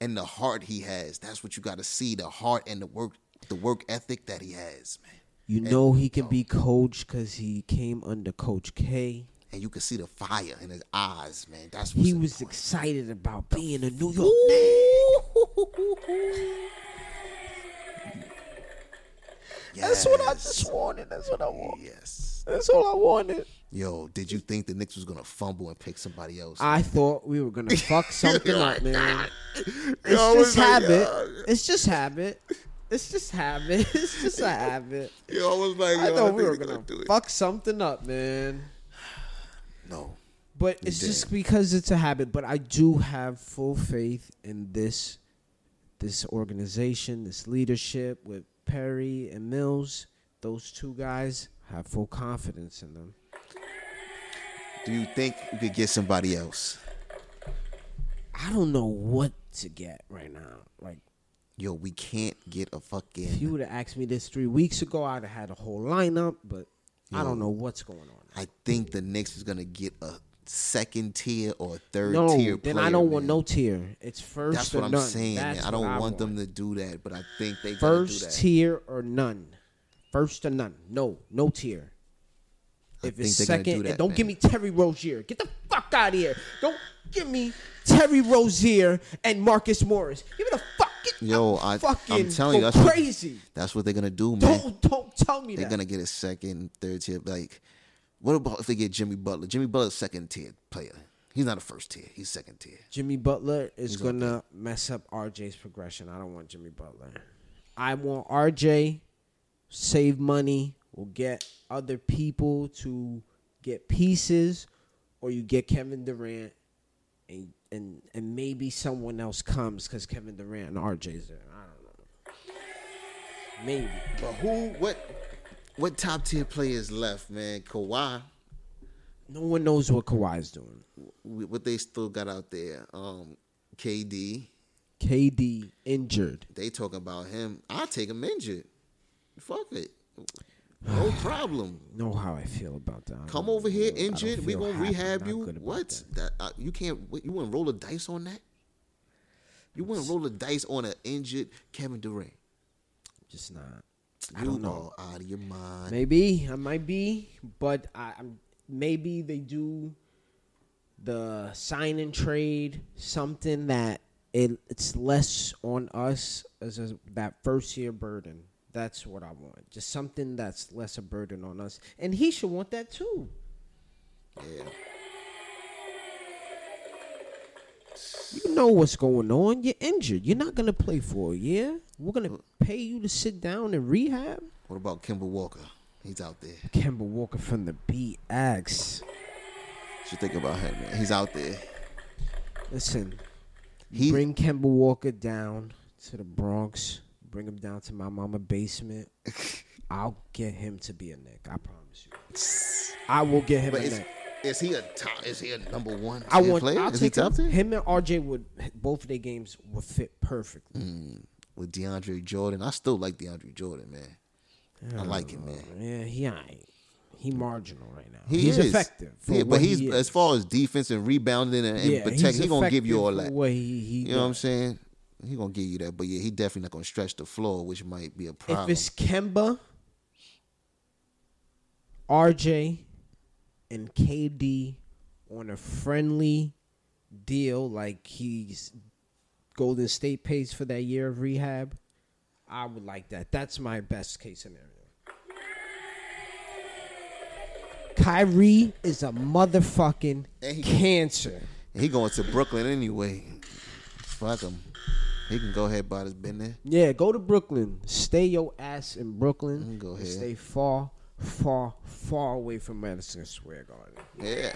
and the heart he has. That's what you got to see. The heart and the work, the work ethic that he has, man.
You know he can be coached because he came under Coach K.
And you can see the fire in his eyes, man. That's what's
He was excited about being a New York Knick.
important.
That's what I just wanted. That's what I want.
Yes.
That's all I wanted.
Yo, did you think the Knicks was gonna fumble and pick somebody else?
I thought we were gonna fuck something up, man. It's
Yo,
just
it's like,
habit.
uh,
It's just habit. It's just habit. It's just a habit.
yo, I was like, yo,
I thought we
think
were
they
gonna
do it.
fuck something up, man.
No.
But it's
did.
just because it's a habit. But I do have full faith in this this organization, this leadership with Perry and Mills. Those two guys I have full confidence in them.
Do you think you could get somebody else?
I don't know what to get right now. Like
Yo, we can't get a fucking.
if you would have asked me this three weeks ago, I'd have had a whole lineup. But I don't know what's going on.
I think the Knicks is gonna get a second tier or third
No,
tier.
then
player,
I don't want
man.
no tier. It's first
That's
or
what I'm
none.
saying, man.
That's
I don't
what
want, them to do that, but I think they gotta do that.
first tier or none. First or none. No, no tier.
I
If it's
think they're gonna
second,
do that,
and don't give me
man.
Terry Rozier. Get the fuck out of here. Don't give me Terry Rozier and Marcus Morris. Give me the fucking.
Yo,
I'm
I,
fucking
I'm telling you,
go
that's what-
crazy.
that's what they're gonna do, man.
Don't don't tell me
They're
that.
gonna get a second, third tier. Like, what about if they get Jimmy Butler? Jimmy Butler's second tier player. He's not a first tier. He's second tier.
Jimmy Butler is gonna mess up RJ's progression. I don't want Jimmy Butler. I want RJ save money. We'll get other people to get pieces, or you get Kevin Durant, and and and maybe someone else comes because Kevin Durant and RJ's there. I don't know. Maybe
But who? What? What top tier players left, man? Kawhi.
no one knows what Kawhi's doing.
wh- What they still got out there? Um, KD.
KD injured.
They talking about him. I take him injured. Fuck it. No problem.
Know how I feel about that. I
Come
don't
over here
feel- I don't
injured. We
feel
gonna
happy,
rehab
not
you.
good about
What?
that.
That, uh, you can't. What, you wouldn't roll a dice on that. You wouldn't roll a dice on an injured Kevin Durant.
Just not. I
You
don't know.
are out of your mind.
Maybe I might be, but I, I'm maybe they do the sign and trade something that it it's less on us as a, that first year burden. That's what I want. Just something that's less a burden on us, and he should want that too.
Yeah.
You know what's going on. You're injured. You're not gonna play for a year. We're gonna pay you to sit down and rehab.
What about Kimber Walker? He's out there.
Kemba Walker from the BX.
What you think about him, man? He's out there.
Listen,
He
bring Kemba Walker down to the Bronx. Bring him down to my mama basement. I'll get him to be a Nick. I promise you. I will get him
but
a
is,
Nick.
is he a top? Is he a number one?
I
tier
want.
player?
I'll
Is he
take him.
top there?
him and RJ would both of their games would fit
Mm.
perfectly.
With DeAndre Jordan, I still like DeAndre Jordan, man. I like him, man.
Yeah, he ain't. He marginal right now.
He
he's
is.
effective. For
Yeah,
what
but he's
he is.
as far as defense and rebounding and, and
Yeah, he's
protecting, he gonna give you all
effective for
that.
What he, he
You know what I'm
does.
saying? He gonna give you that, but yeah, he definitely not gonna stretch the floor, which might be a
If
problem.
it's Kemba, RJ, and KD on a friendly deal, like he's Golden State pays for that year of rehab, I would like that. That's my best case scenario. Kyrie is a motherfucking
And he-
cancer.
he going to Brooklyn anyway. Fuck him. He can go ahead about his business.
Yeah, go to Brooklyn. Stay your ass in Brooklyn.
Mm, go
and
ahead.
Stay far, far, far away from Madison Square Garden.
Yeah.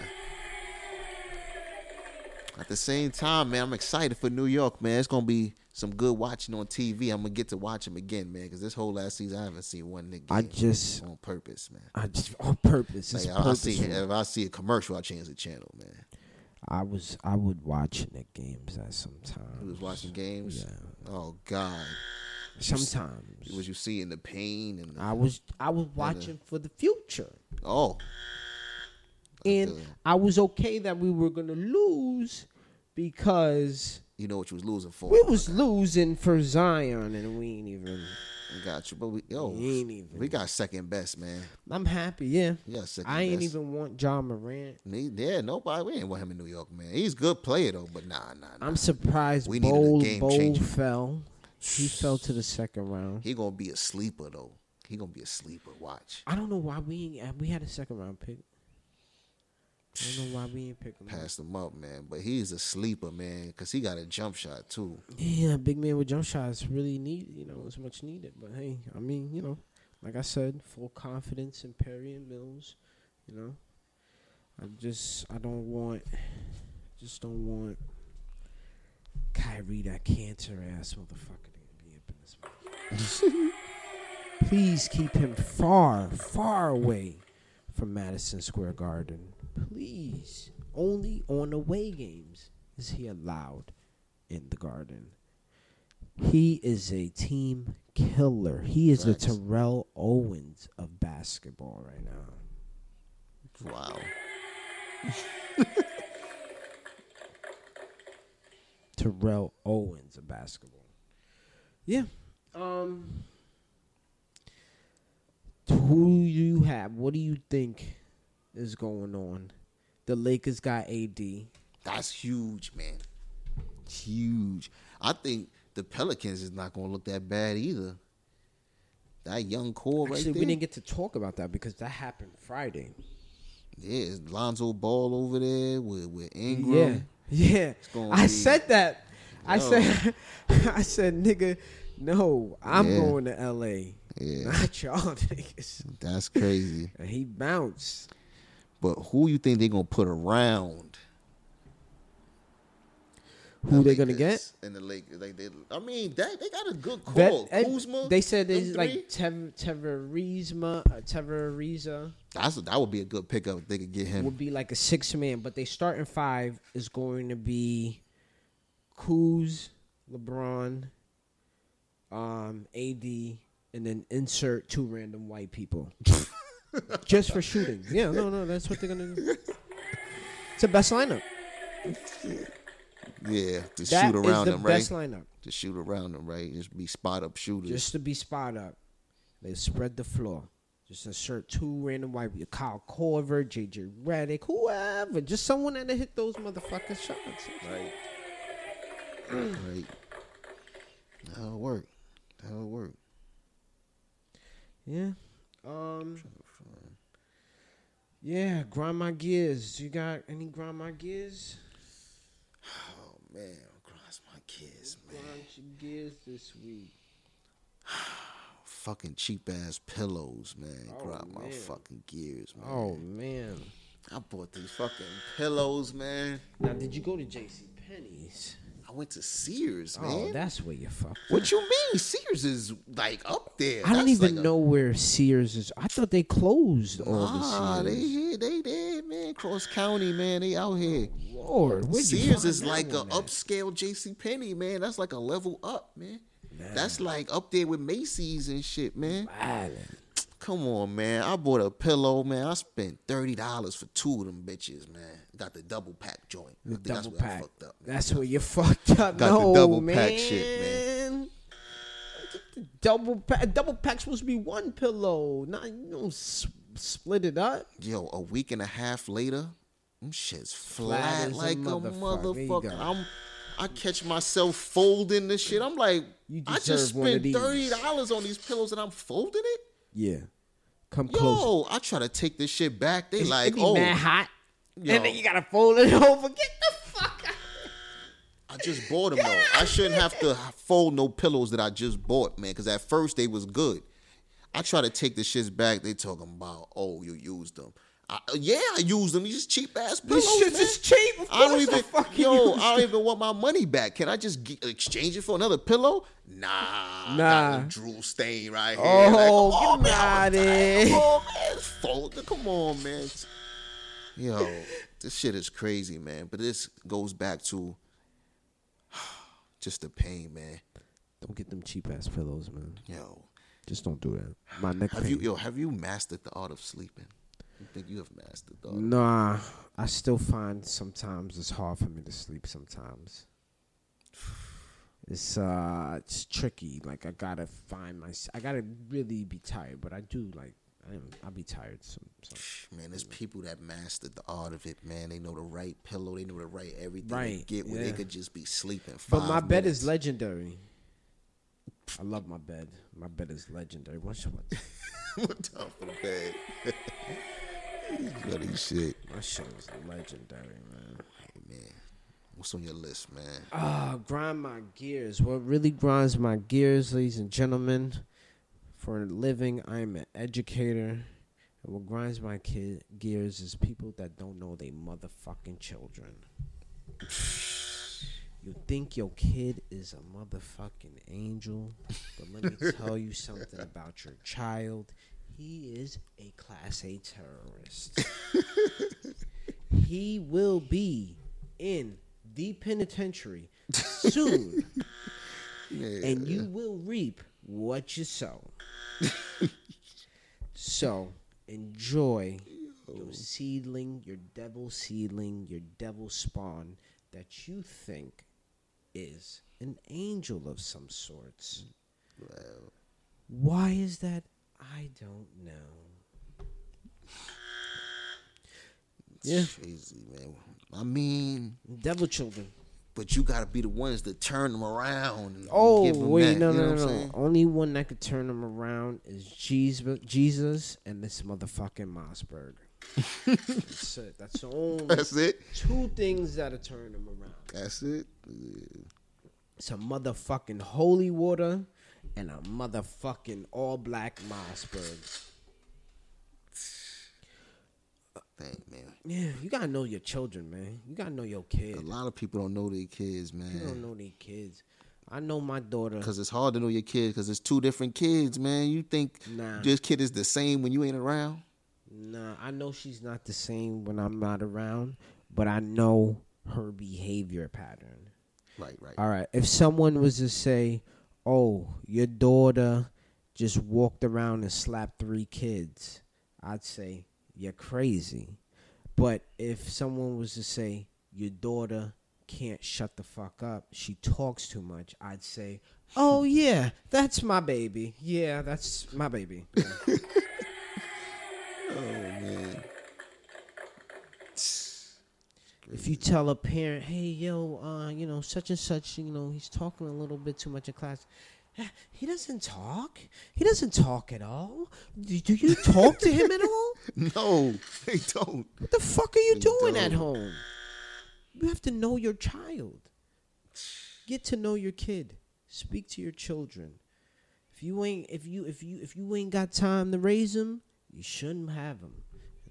At the same time, man, I'm excited for New York, man. It's gonna be some good watching on TV. I'm gonna get to watch him again, man, because this whole last season I haven't seen one nigga
I just,
on purpose, man.
I just on purpose. It's
Like, I, I see
purposeful.
if I see a commercial, I change the channel, man.
I was, I would watch Nick games at
He was
sometimes.
watching games.
Yeah.
Oh God,
Sometimes
was you seeing the pain and the,
I was, I was watching for the future,
oh,
and
feel you.
I was okay that we were gonna lose because
you know what you was losing for?
we was losing for Zion, and we ain't even.
I got you, but we yo,
We ain't even-
we got second best, man.
I'm happy, yeah.
We got second
I ain't
best.
even want John Morant.
Need- Yeah, nobody. We ain't want him in New York, man. He's a good player though, but nah, nah, nah.
I'm surprised
We needed a
Bo,
game
Bo
changer.
fell. He fell to the second round.
He gonna be a sleeper though. He gonna be a sleeper. Watch.
I don't know why we ain't, we had a second round pick. I don't know why we ain't pick him.
Pass him up, man. But he's a sleeper, man, because he got a jump shot too.
Yeah, big man with jump shots really need you know as much needed. But hey, I mean you know, like I said, full confidence in Perry and Mills. You know, I just I don't want, just don't want Kyrie that cancer ass motherfucker to be up in this. Please keep him far, far away from Madison Square Garden. Please, only on away games is he allowed in the garden. He is a team killer. He is
Facts.
the Terrell Owens of basketball right now.
Wow.
Terrell Owens of basketball. Yeah. Um. Who do you have? What do you think is going on? The Lakers got AD.
That's huge, man. Huge. I think the Pelicans is not gonna look that bad either. That young core
Actually,
right there.
we didn't get to talk about that because that happened Friday.
yeah, it's Lonzo Ball over there with with Ingram.
Yeah, yeah.
gonna
I
be-
said that. I
Yo.
said, I said, nigga, no, I'm
Yeah.
going to L.A.
Yeah.
Not y'all niggas.
That's crazy.
And he bounced.
But who you think they gonna put around?
Who
The
they gonna
Lakers
get?
And the Lakers, like they, I mean, that, they got a good
Vet-
core.
Ed-
Kuzma.
they said they
them three?
like Tev- Teverizma, uh, Teveriza
That's that would be a good pickup if they could get him.
would be like a six man, but they starting five is going to be Kuz, LeBron, um, AD, and then insert two random white people just for shooting. Yeah, no, no, that's what they're gonna do. It's the best lineup.
Yeah, to
That
shoot
is
around
the
them, right?
best lineup.
To shoot around them, right? Just be spot up shooters.
just to be spot up. They spread the floor. Just insert two random white people. Kyle Corver, JJ Redick, whoever. Just someone that hit those motherfucking shots.
right. right. That'll work. That'll work.
Yeah. Um. Yeah, grind my gears. You got any grind my gears?
Oh man, cross my kids, man.
Grind your gears this week.
Fucking cheap ass pillows, man.
Oh,
Grind my
man.
fucking gears, man.
Oh man.
I bought these fucking pillows, man.
Now, did you go to J.C. Penney's?
I went to Sears, man.
Oh, that's where you fuck.
what you mean? Sears is like up there.
I don't
That's
even
like a-
know where Sears is. I thought they closed all
Ah,
the
they
Sears.
here, they there, man. Cross County, man. They out here.
Lord, where'd you
Sears
find
is
that
like a
one at?
upscale JC Penney, man. That's like a level up, man. That's like up there with Macy's and shit, man.
Island.
Come on, man. I bought a pillow, man. I spent thirty dollars for two of them bitches, man. Got the double pack joint. I
The
think
double
that's where I
pack.
fucked up. man.
That's where you fucked up.
Got the
no,
double
man.
pack shit, man.
The Double pack. Double pack's supposed to be one pillow. Not you don't s- split it up.
Yo, a week and a half later, them shit's flat,
Flat as a
like a
motherfucker. There you go.
motherfucker. I'm, I catch myself folding this shit. I'm like,
You
I just
deserve one of
spent
these.
thirty dollars on these pillows and I'm folding it.
Yeah. Come
Yo,
close.
I try to take this shit back. They like,
it be
oh,
mad hot.
Yo.
And then you gotta fold it over. Get the fuck out.
I just bought them though. I shouldn't have to fold no pillows that I just bought, man. Because at first they was good. I try to take the shits back. They talking about, oh, you used them. I, yeah, I used them. These cheap ass pillows.
This shit
man.
is cheap. Of
I
course
don't
the
even,
fuck you
yo,
use
I don't even want my money back. Can I just ge- exchange it for another pillow? Nah, I
Nah.
got a drool stain right here.
Oh, get
man, I was tired.
outta here.
Come on, man, it's folded. Come on, man. Yo, this shit is crazy, man. But this goes back to just the pain, man.
Don't get them cheap ass pillows, man.
Yo,
Just don't do that. My neck
have you yo have you mastered the art of sleeping? You think you have mastered the art?
Nah, I still find sometimes it's hard for me to sleep. Sometimes it's uh, it's tricky. Like I gotta find my, I gotta really be tired. But I do like I am, I be tired. Some, some.
Man, there's people that mastered the art of it, man. They know the right pillow, they know the right everything
Right,
to get where
yeah.
they could just be sleeping.
But
five
my bed
minutes.
is legendary. I love my bed. My bed is legendary. What's what?
What's up for the bag? Bloody shit,
My shit is legendary, man.
man. What's on your list, man?
Ah, grind my gears. What really grinds my gears, ladies and gentlemen, for a living, I am an educator. And what grinds my ki gears is people that don't know they motherfucking children. You think your kid is a motherfucking angel, but let me tell you something about your child. He is a class A terrorist. he will be in the penitentiary soon,
Yeah.
and you will reap what you sow. so enjoy your seedling, your devil seedling, your devil spawn that you think is an angel of some sorts.
Wow.
Why is that? I don't know.
It's
Yeah.
crazy, man. I mean,
Devil children.
but you gotta be the ones to turn them around. And
Oh
give 'em
wait,
that,
no,
you know
no, Oh.
what I'm
no.
saying?
Only one that could turn them around is Jesus, Jesus, and this motherfucking Mossberg. that's it. That's the only
That's it.
two things that'll turn them around.
That's it.
It's a motherfucking holy water and a motherfucking all black Mossberg.
Thank man.
Yeah, you gotta know your children, man. You gotta know your
A
kids.
lot of people don't know their kids,
You don't
man.
know these kids. I know my daughter.
Cause it's hard to know your kids because it's two different kids, man. You think
Nah.
this kid is the same when you ain't around?
Nah, I know she's not the same when I'm not around, but I know her behavior pattern.
Right, right.
All right. If someone was to say, "Oh, your daughter just walked around and slapped three kids," I'd say you're crazy. But if someone was to say your daughter can't shut the fuck up, she talks too much, I'd say, "Oh yeah, that's my baby. Yeah, that's my baby."
Oh man.
if you tell a parent, hey, yo, uh, you know, such and such, you know, he's talking a little bit too much in class. "Eh, He doesn't talk. He doesn't talk at all. Do, do you talk to him at all?
No, they don't.
What the fuck are you
They
doing at
don't.
home? You have to know your child. Get to know your kid. Speak to your children. If you ain't if you if you if you ain't got time to raise them, you shouldn't have them.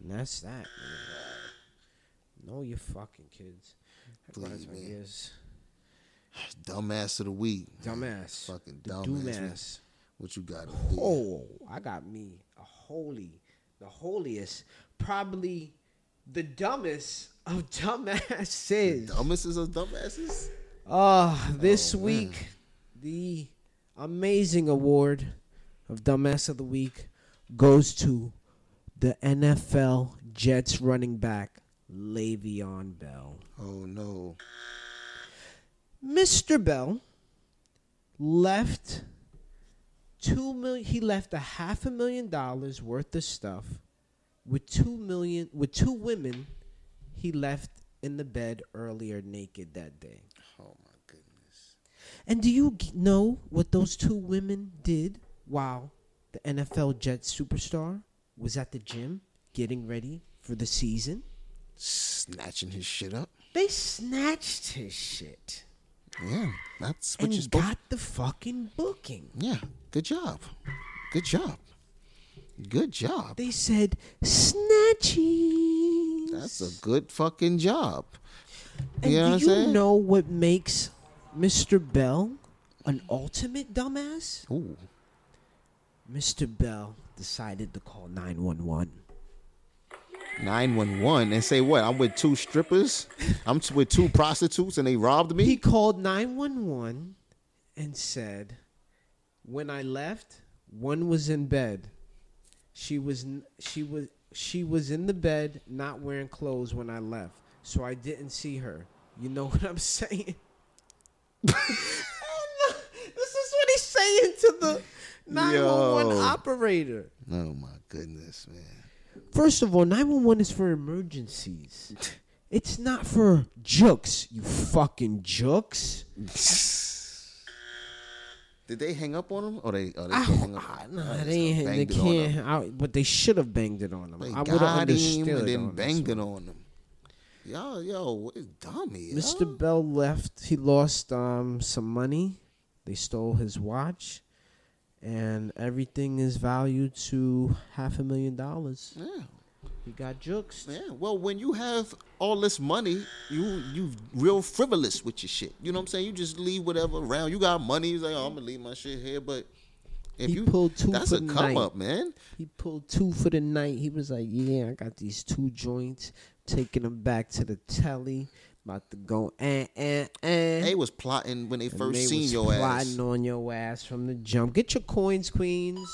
And that's that. man. Know your fucking kids. That
Please,
reminds me,
man.
yes.
Dumbass of the week.
Dumbass.
Fucking
The
dumbass.
dumbass.
What you got?
Oh, I got me a holy, the holiest, probably the dumbest of dumbasses.
Dumbasses of dumbasses?
Ah, this
Oh, man.
week, the amazing award of Dumbass of the Week goes to the NFL Jets running back, Le'Veon Bell.
Oh no.
Mr. Bell left two million. He left a half a million dollars worth of stuff with two million with two women. He left in the bed earlier naked that day.
Oh my goodness.
And do you g- know what those two women did while the NFL Jets superstar was at the gym getting ready for the season?
Snatching his shit up.
They snatched his shit
Yeah, that's what
and
you're
he
supposed.
got the fucking booking.
yeah, good job. Good job. Good job.
They said snatchies.
That's a good fucking job.
and
You know what I'm
do you
saying?
know what makes Mr. Bell an ultimate dumbass?
Ooh.
Mr. Bell decided to call 911.
911 and say what? I'm with two strippers. I'm t- with two prostitutes and they robbed
He
me.
called 911 and said, "When I left, one was in bed. She was n- she was she was in the bed, not wearing clothes when I left, so I didn't see her. You know what I'm saying?" this is what he's saying to the 911
Yo.
operator.
Oh my goodness, man.
First of all, 911 is for emergencies. It's not for jokes, you fucking jokes.
Did they hang up on him? Or they? Or they
I,
still hung up?
I,
Oh,
Ah, nah,
they
they ain't,
still
they
banged it on him.
can't, I, but they should have banged it on them.
They
I would have
got him and
understood.
then
on this
banged
one.
it on him. Yo, yo, what is dummy? yo?
Mr. Bell left. He lost um, some money. They stole his watch, and everything is valued to half a million dollars.
Yeah,
He got jukes.
yeah. Well, when you have all this money, you you real frivolous with your shit. You know what I'm saying? You just leave whatever around. You got money. You like, oh, I'm gonna leave my shit here. But if
He
you
pulled two
that's
for
a
the
come
night.
up, man.
He pulled two for the night. He was like, "Yeah, I got these two joints. Taking them back to the telly. About to go eh, and and and."
They was plotting when they
And
first
they
seen
was
your ass.
plotting on your ass from the jump. Get your coins, queens.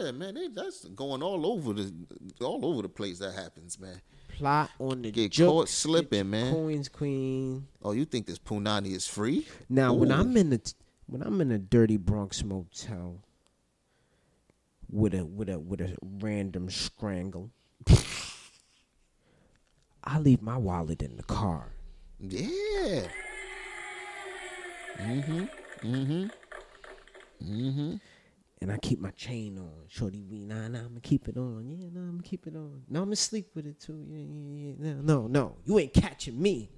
Yeah, man, they, that's going all over the all over the place. That happens, man.
Plot on the
Get
jump.
caught
Get
slipping,
your
man.
Coins, queen.
Oh, you think this punani is free?
Now, when
Ooh.
I'm in the when I'm in a dirty Bronx motel with a with a with a random strangle, I leave my wallet in the car.
Yeah.
And I keep my chain on. Shorty be nah nah, I'ma keep it on. Yeah, nah, I'ma keep it on. No, I'ma sleep with it too. Yeah, yeah, yeah. No, no, no. You ain't catching me.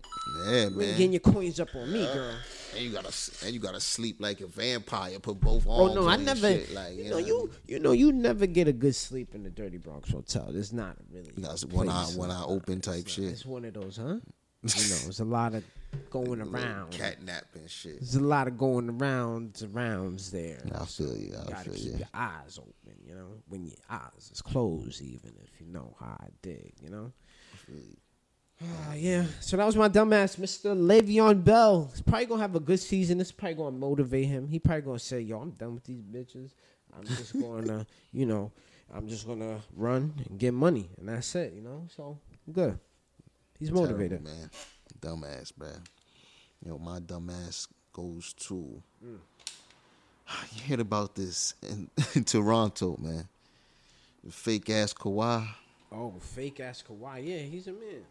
Yeah,
You ain't
man.
getting your coins up on me, girl.
and you gotta and you gotta sleep like a vampire. Put both arms.
Oh no, I
on your
never.
Shit. Like
you know, you you know, you never get a good sleep in the dirty Bronx hotel. It's not really.
That's
a
one eye
place.
one eye open type
It's,
shit.
it's one of those, huh? you know, it's a lot of going around.
Catnap and shit.
There's a lot of going around rounds there.
I feel you.
You
I
gotta
feel
keep
you.
your eyes open, you know. When your eyes is closed, even if you know how I dig, you know. Ah, yeah. So that was my dumbass, Mr. Le'Veon Bell. He's probably gonna have a good season. This is probably gonna motivate him. He probably gonna say, "Yo, I'm done with these bitches. I'm just gonna, you know, I'm just gonna run and get money, and that's it, you know." So good. He's motivated.
Terrible, man. Dumbass, man. Yo, my dumbass goes to. You heard about this in, in Toronto, man? Fake ass Kawhi,
Oh, fake ass Kawhi. Yeah, he's a man.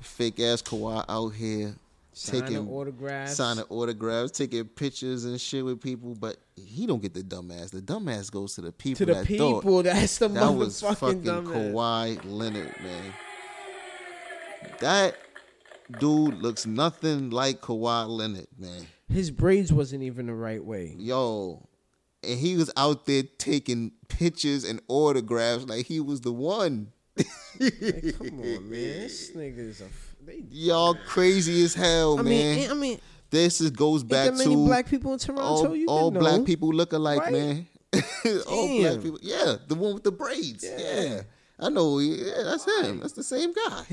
fake ass Kawhi out here
Signing
taking
autographs.
signing autographs, taking pictures and shit with people, but he don't get the dumbass. The dumbass goes to the people
to the
that
people.
thought
That's the
that
motherfucking
was fucking
dumbass.
Kawhi Leonard, man. That dude looks nothing like Kawhi Leonard, man.
His braids wasn't even the right way.
Yo, and he was out there taking pictures and autographs like he was the one.
Like, come on, man. This nigga is a. f- They,
Y'all crazy as hell,
I
man.
mean, I mean,
this is, goes
ain't
back
there many
to
black people in Toronto?
all,
you
all
didn't
black
know.
people look alike,
Right?
man. all
Damn.
black people. Yeah, the one with the braids. Yeah. I know. Yeah, that's him. That's the same guy.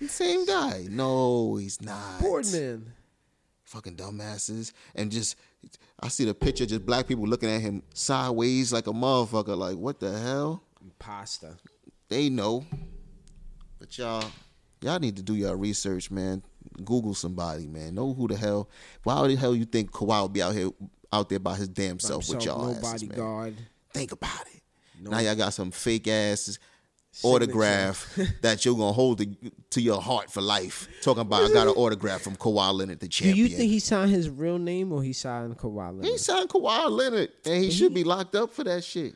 The same guy. No, he's not.
Boardman.
Fucking dumbasses. And just, I see the picture, just black people looking at him sideways like a motherfucker. Like, what the hell?
Pasta.
They know. But y'all, y'all need to do your research, man. Google somebody, man. Know who the hell. Why the hell you think Kawhi would be out here, out there by his damn self with y'all
no
asses, man?
bodyguard.
Think about it.
No.
Now y'all got some fake ass autograph that you're gonna hold to, to your heart for life. Talking about I got an autograph from Kawhi Leonard, the
Do
champion.
you think he signed his real name or he signed Kawhi Leonard?
he signed Kawhi Leonard and he should be locked up for that shit,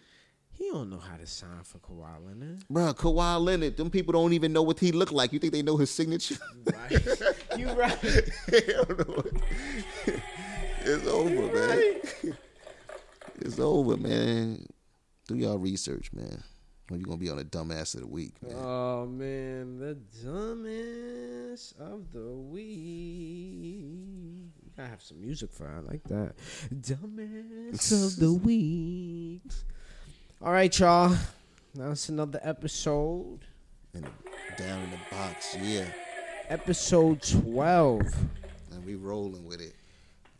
He don't know how to sign for Kawhi Leonard.
Bruh, Kawhi Leonard. Them people don't even know what he looked like. You think they know his signature?
Right. you right.
Hell no. it's over, man. It's over, man. Do y'all research, man. Or you gonna be on a dumbass of the week, man.
Oh man, the dumbest of the week. I have some music for it. I like that. Dumbest of the week. All right, y'all. That's another episode.
And down in the box, yeah.
Episode twelve.
and we rolling with it.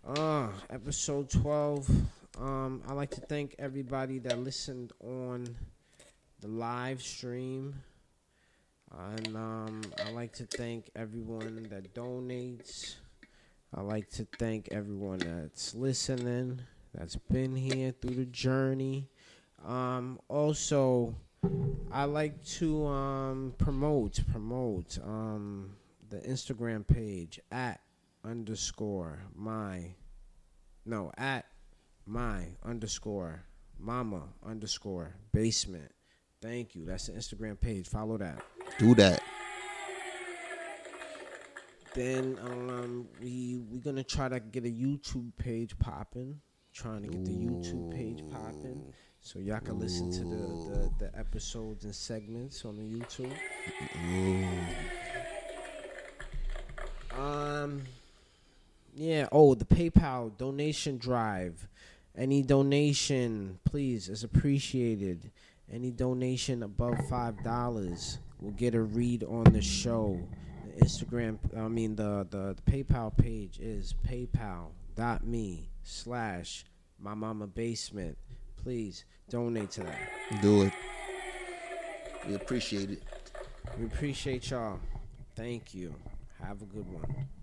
Uh, episode 12. Um, I'd like to thank everybody that listened on the live stream. And um, I'd like to thank everyone that donates. I'd like to thank everyone that's listening, that's been here through the journey. Um, also, I like to um, promote, promote um, the Instagram page at underscore my no at my underscore mama underscore basement. Thank you. That's the Instagram page. Follow that.
Do that.
Then um, we we gonna try to get a YouTube page popping. Trying to get the YouTube page popping, so y'all can listen to the, the the episodes and segments on the YouTube. Um, yeah. Oh, the PayPal donation drive. Any donation, please, is appreciated. Any donation above five dollars will get a read on the show. The Instagram, I mean the the, the PayPal page is paypal.me slash my mama basement. Please donate to that.
Do it. We appreciate it.
We appreciate y'all. Thank you. Have a good one.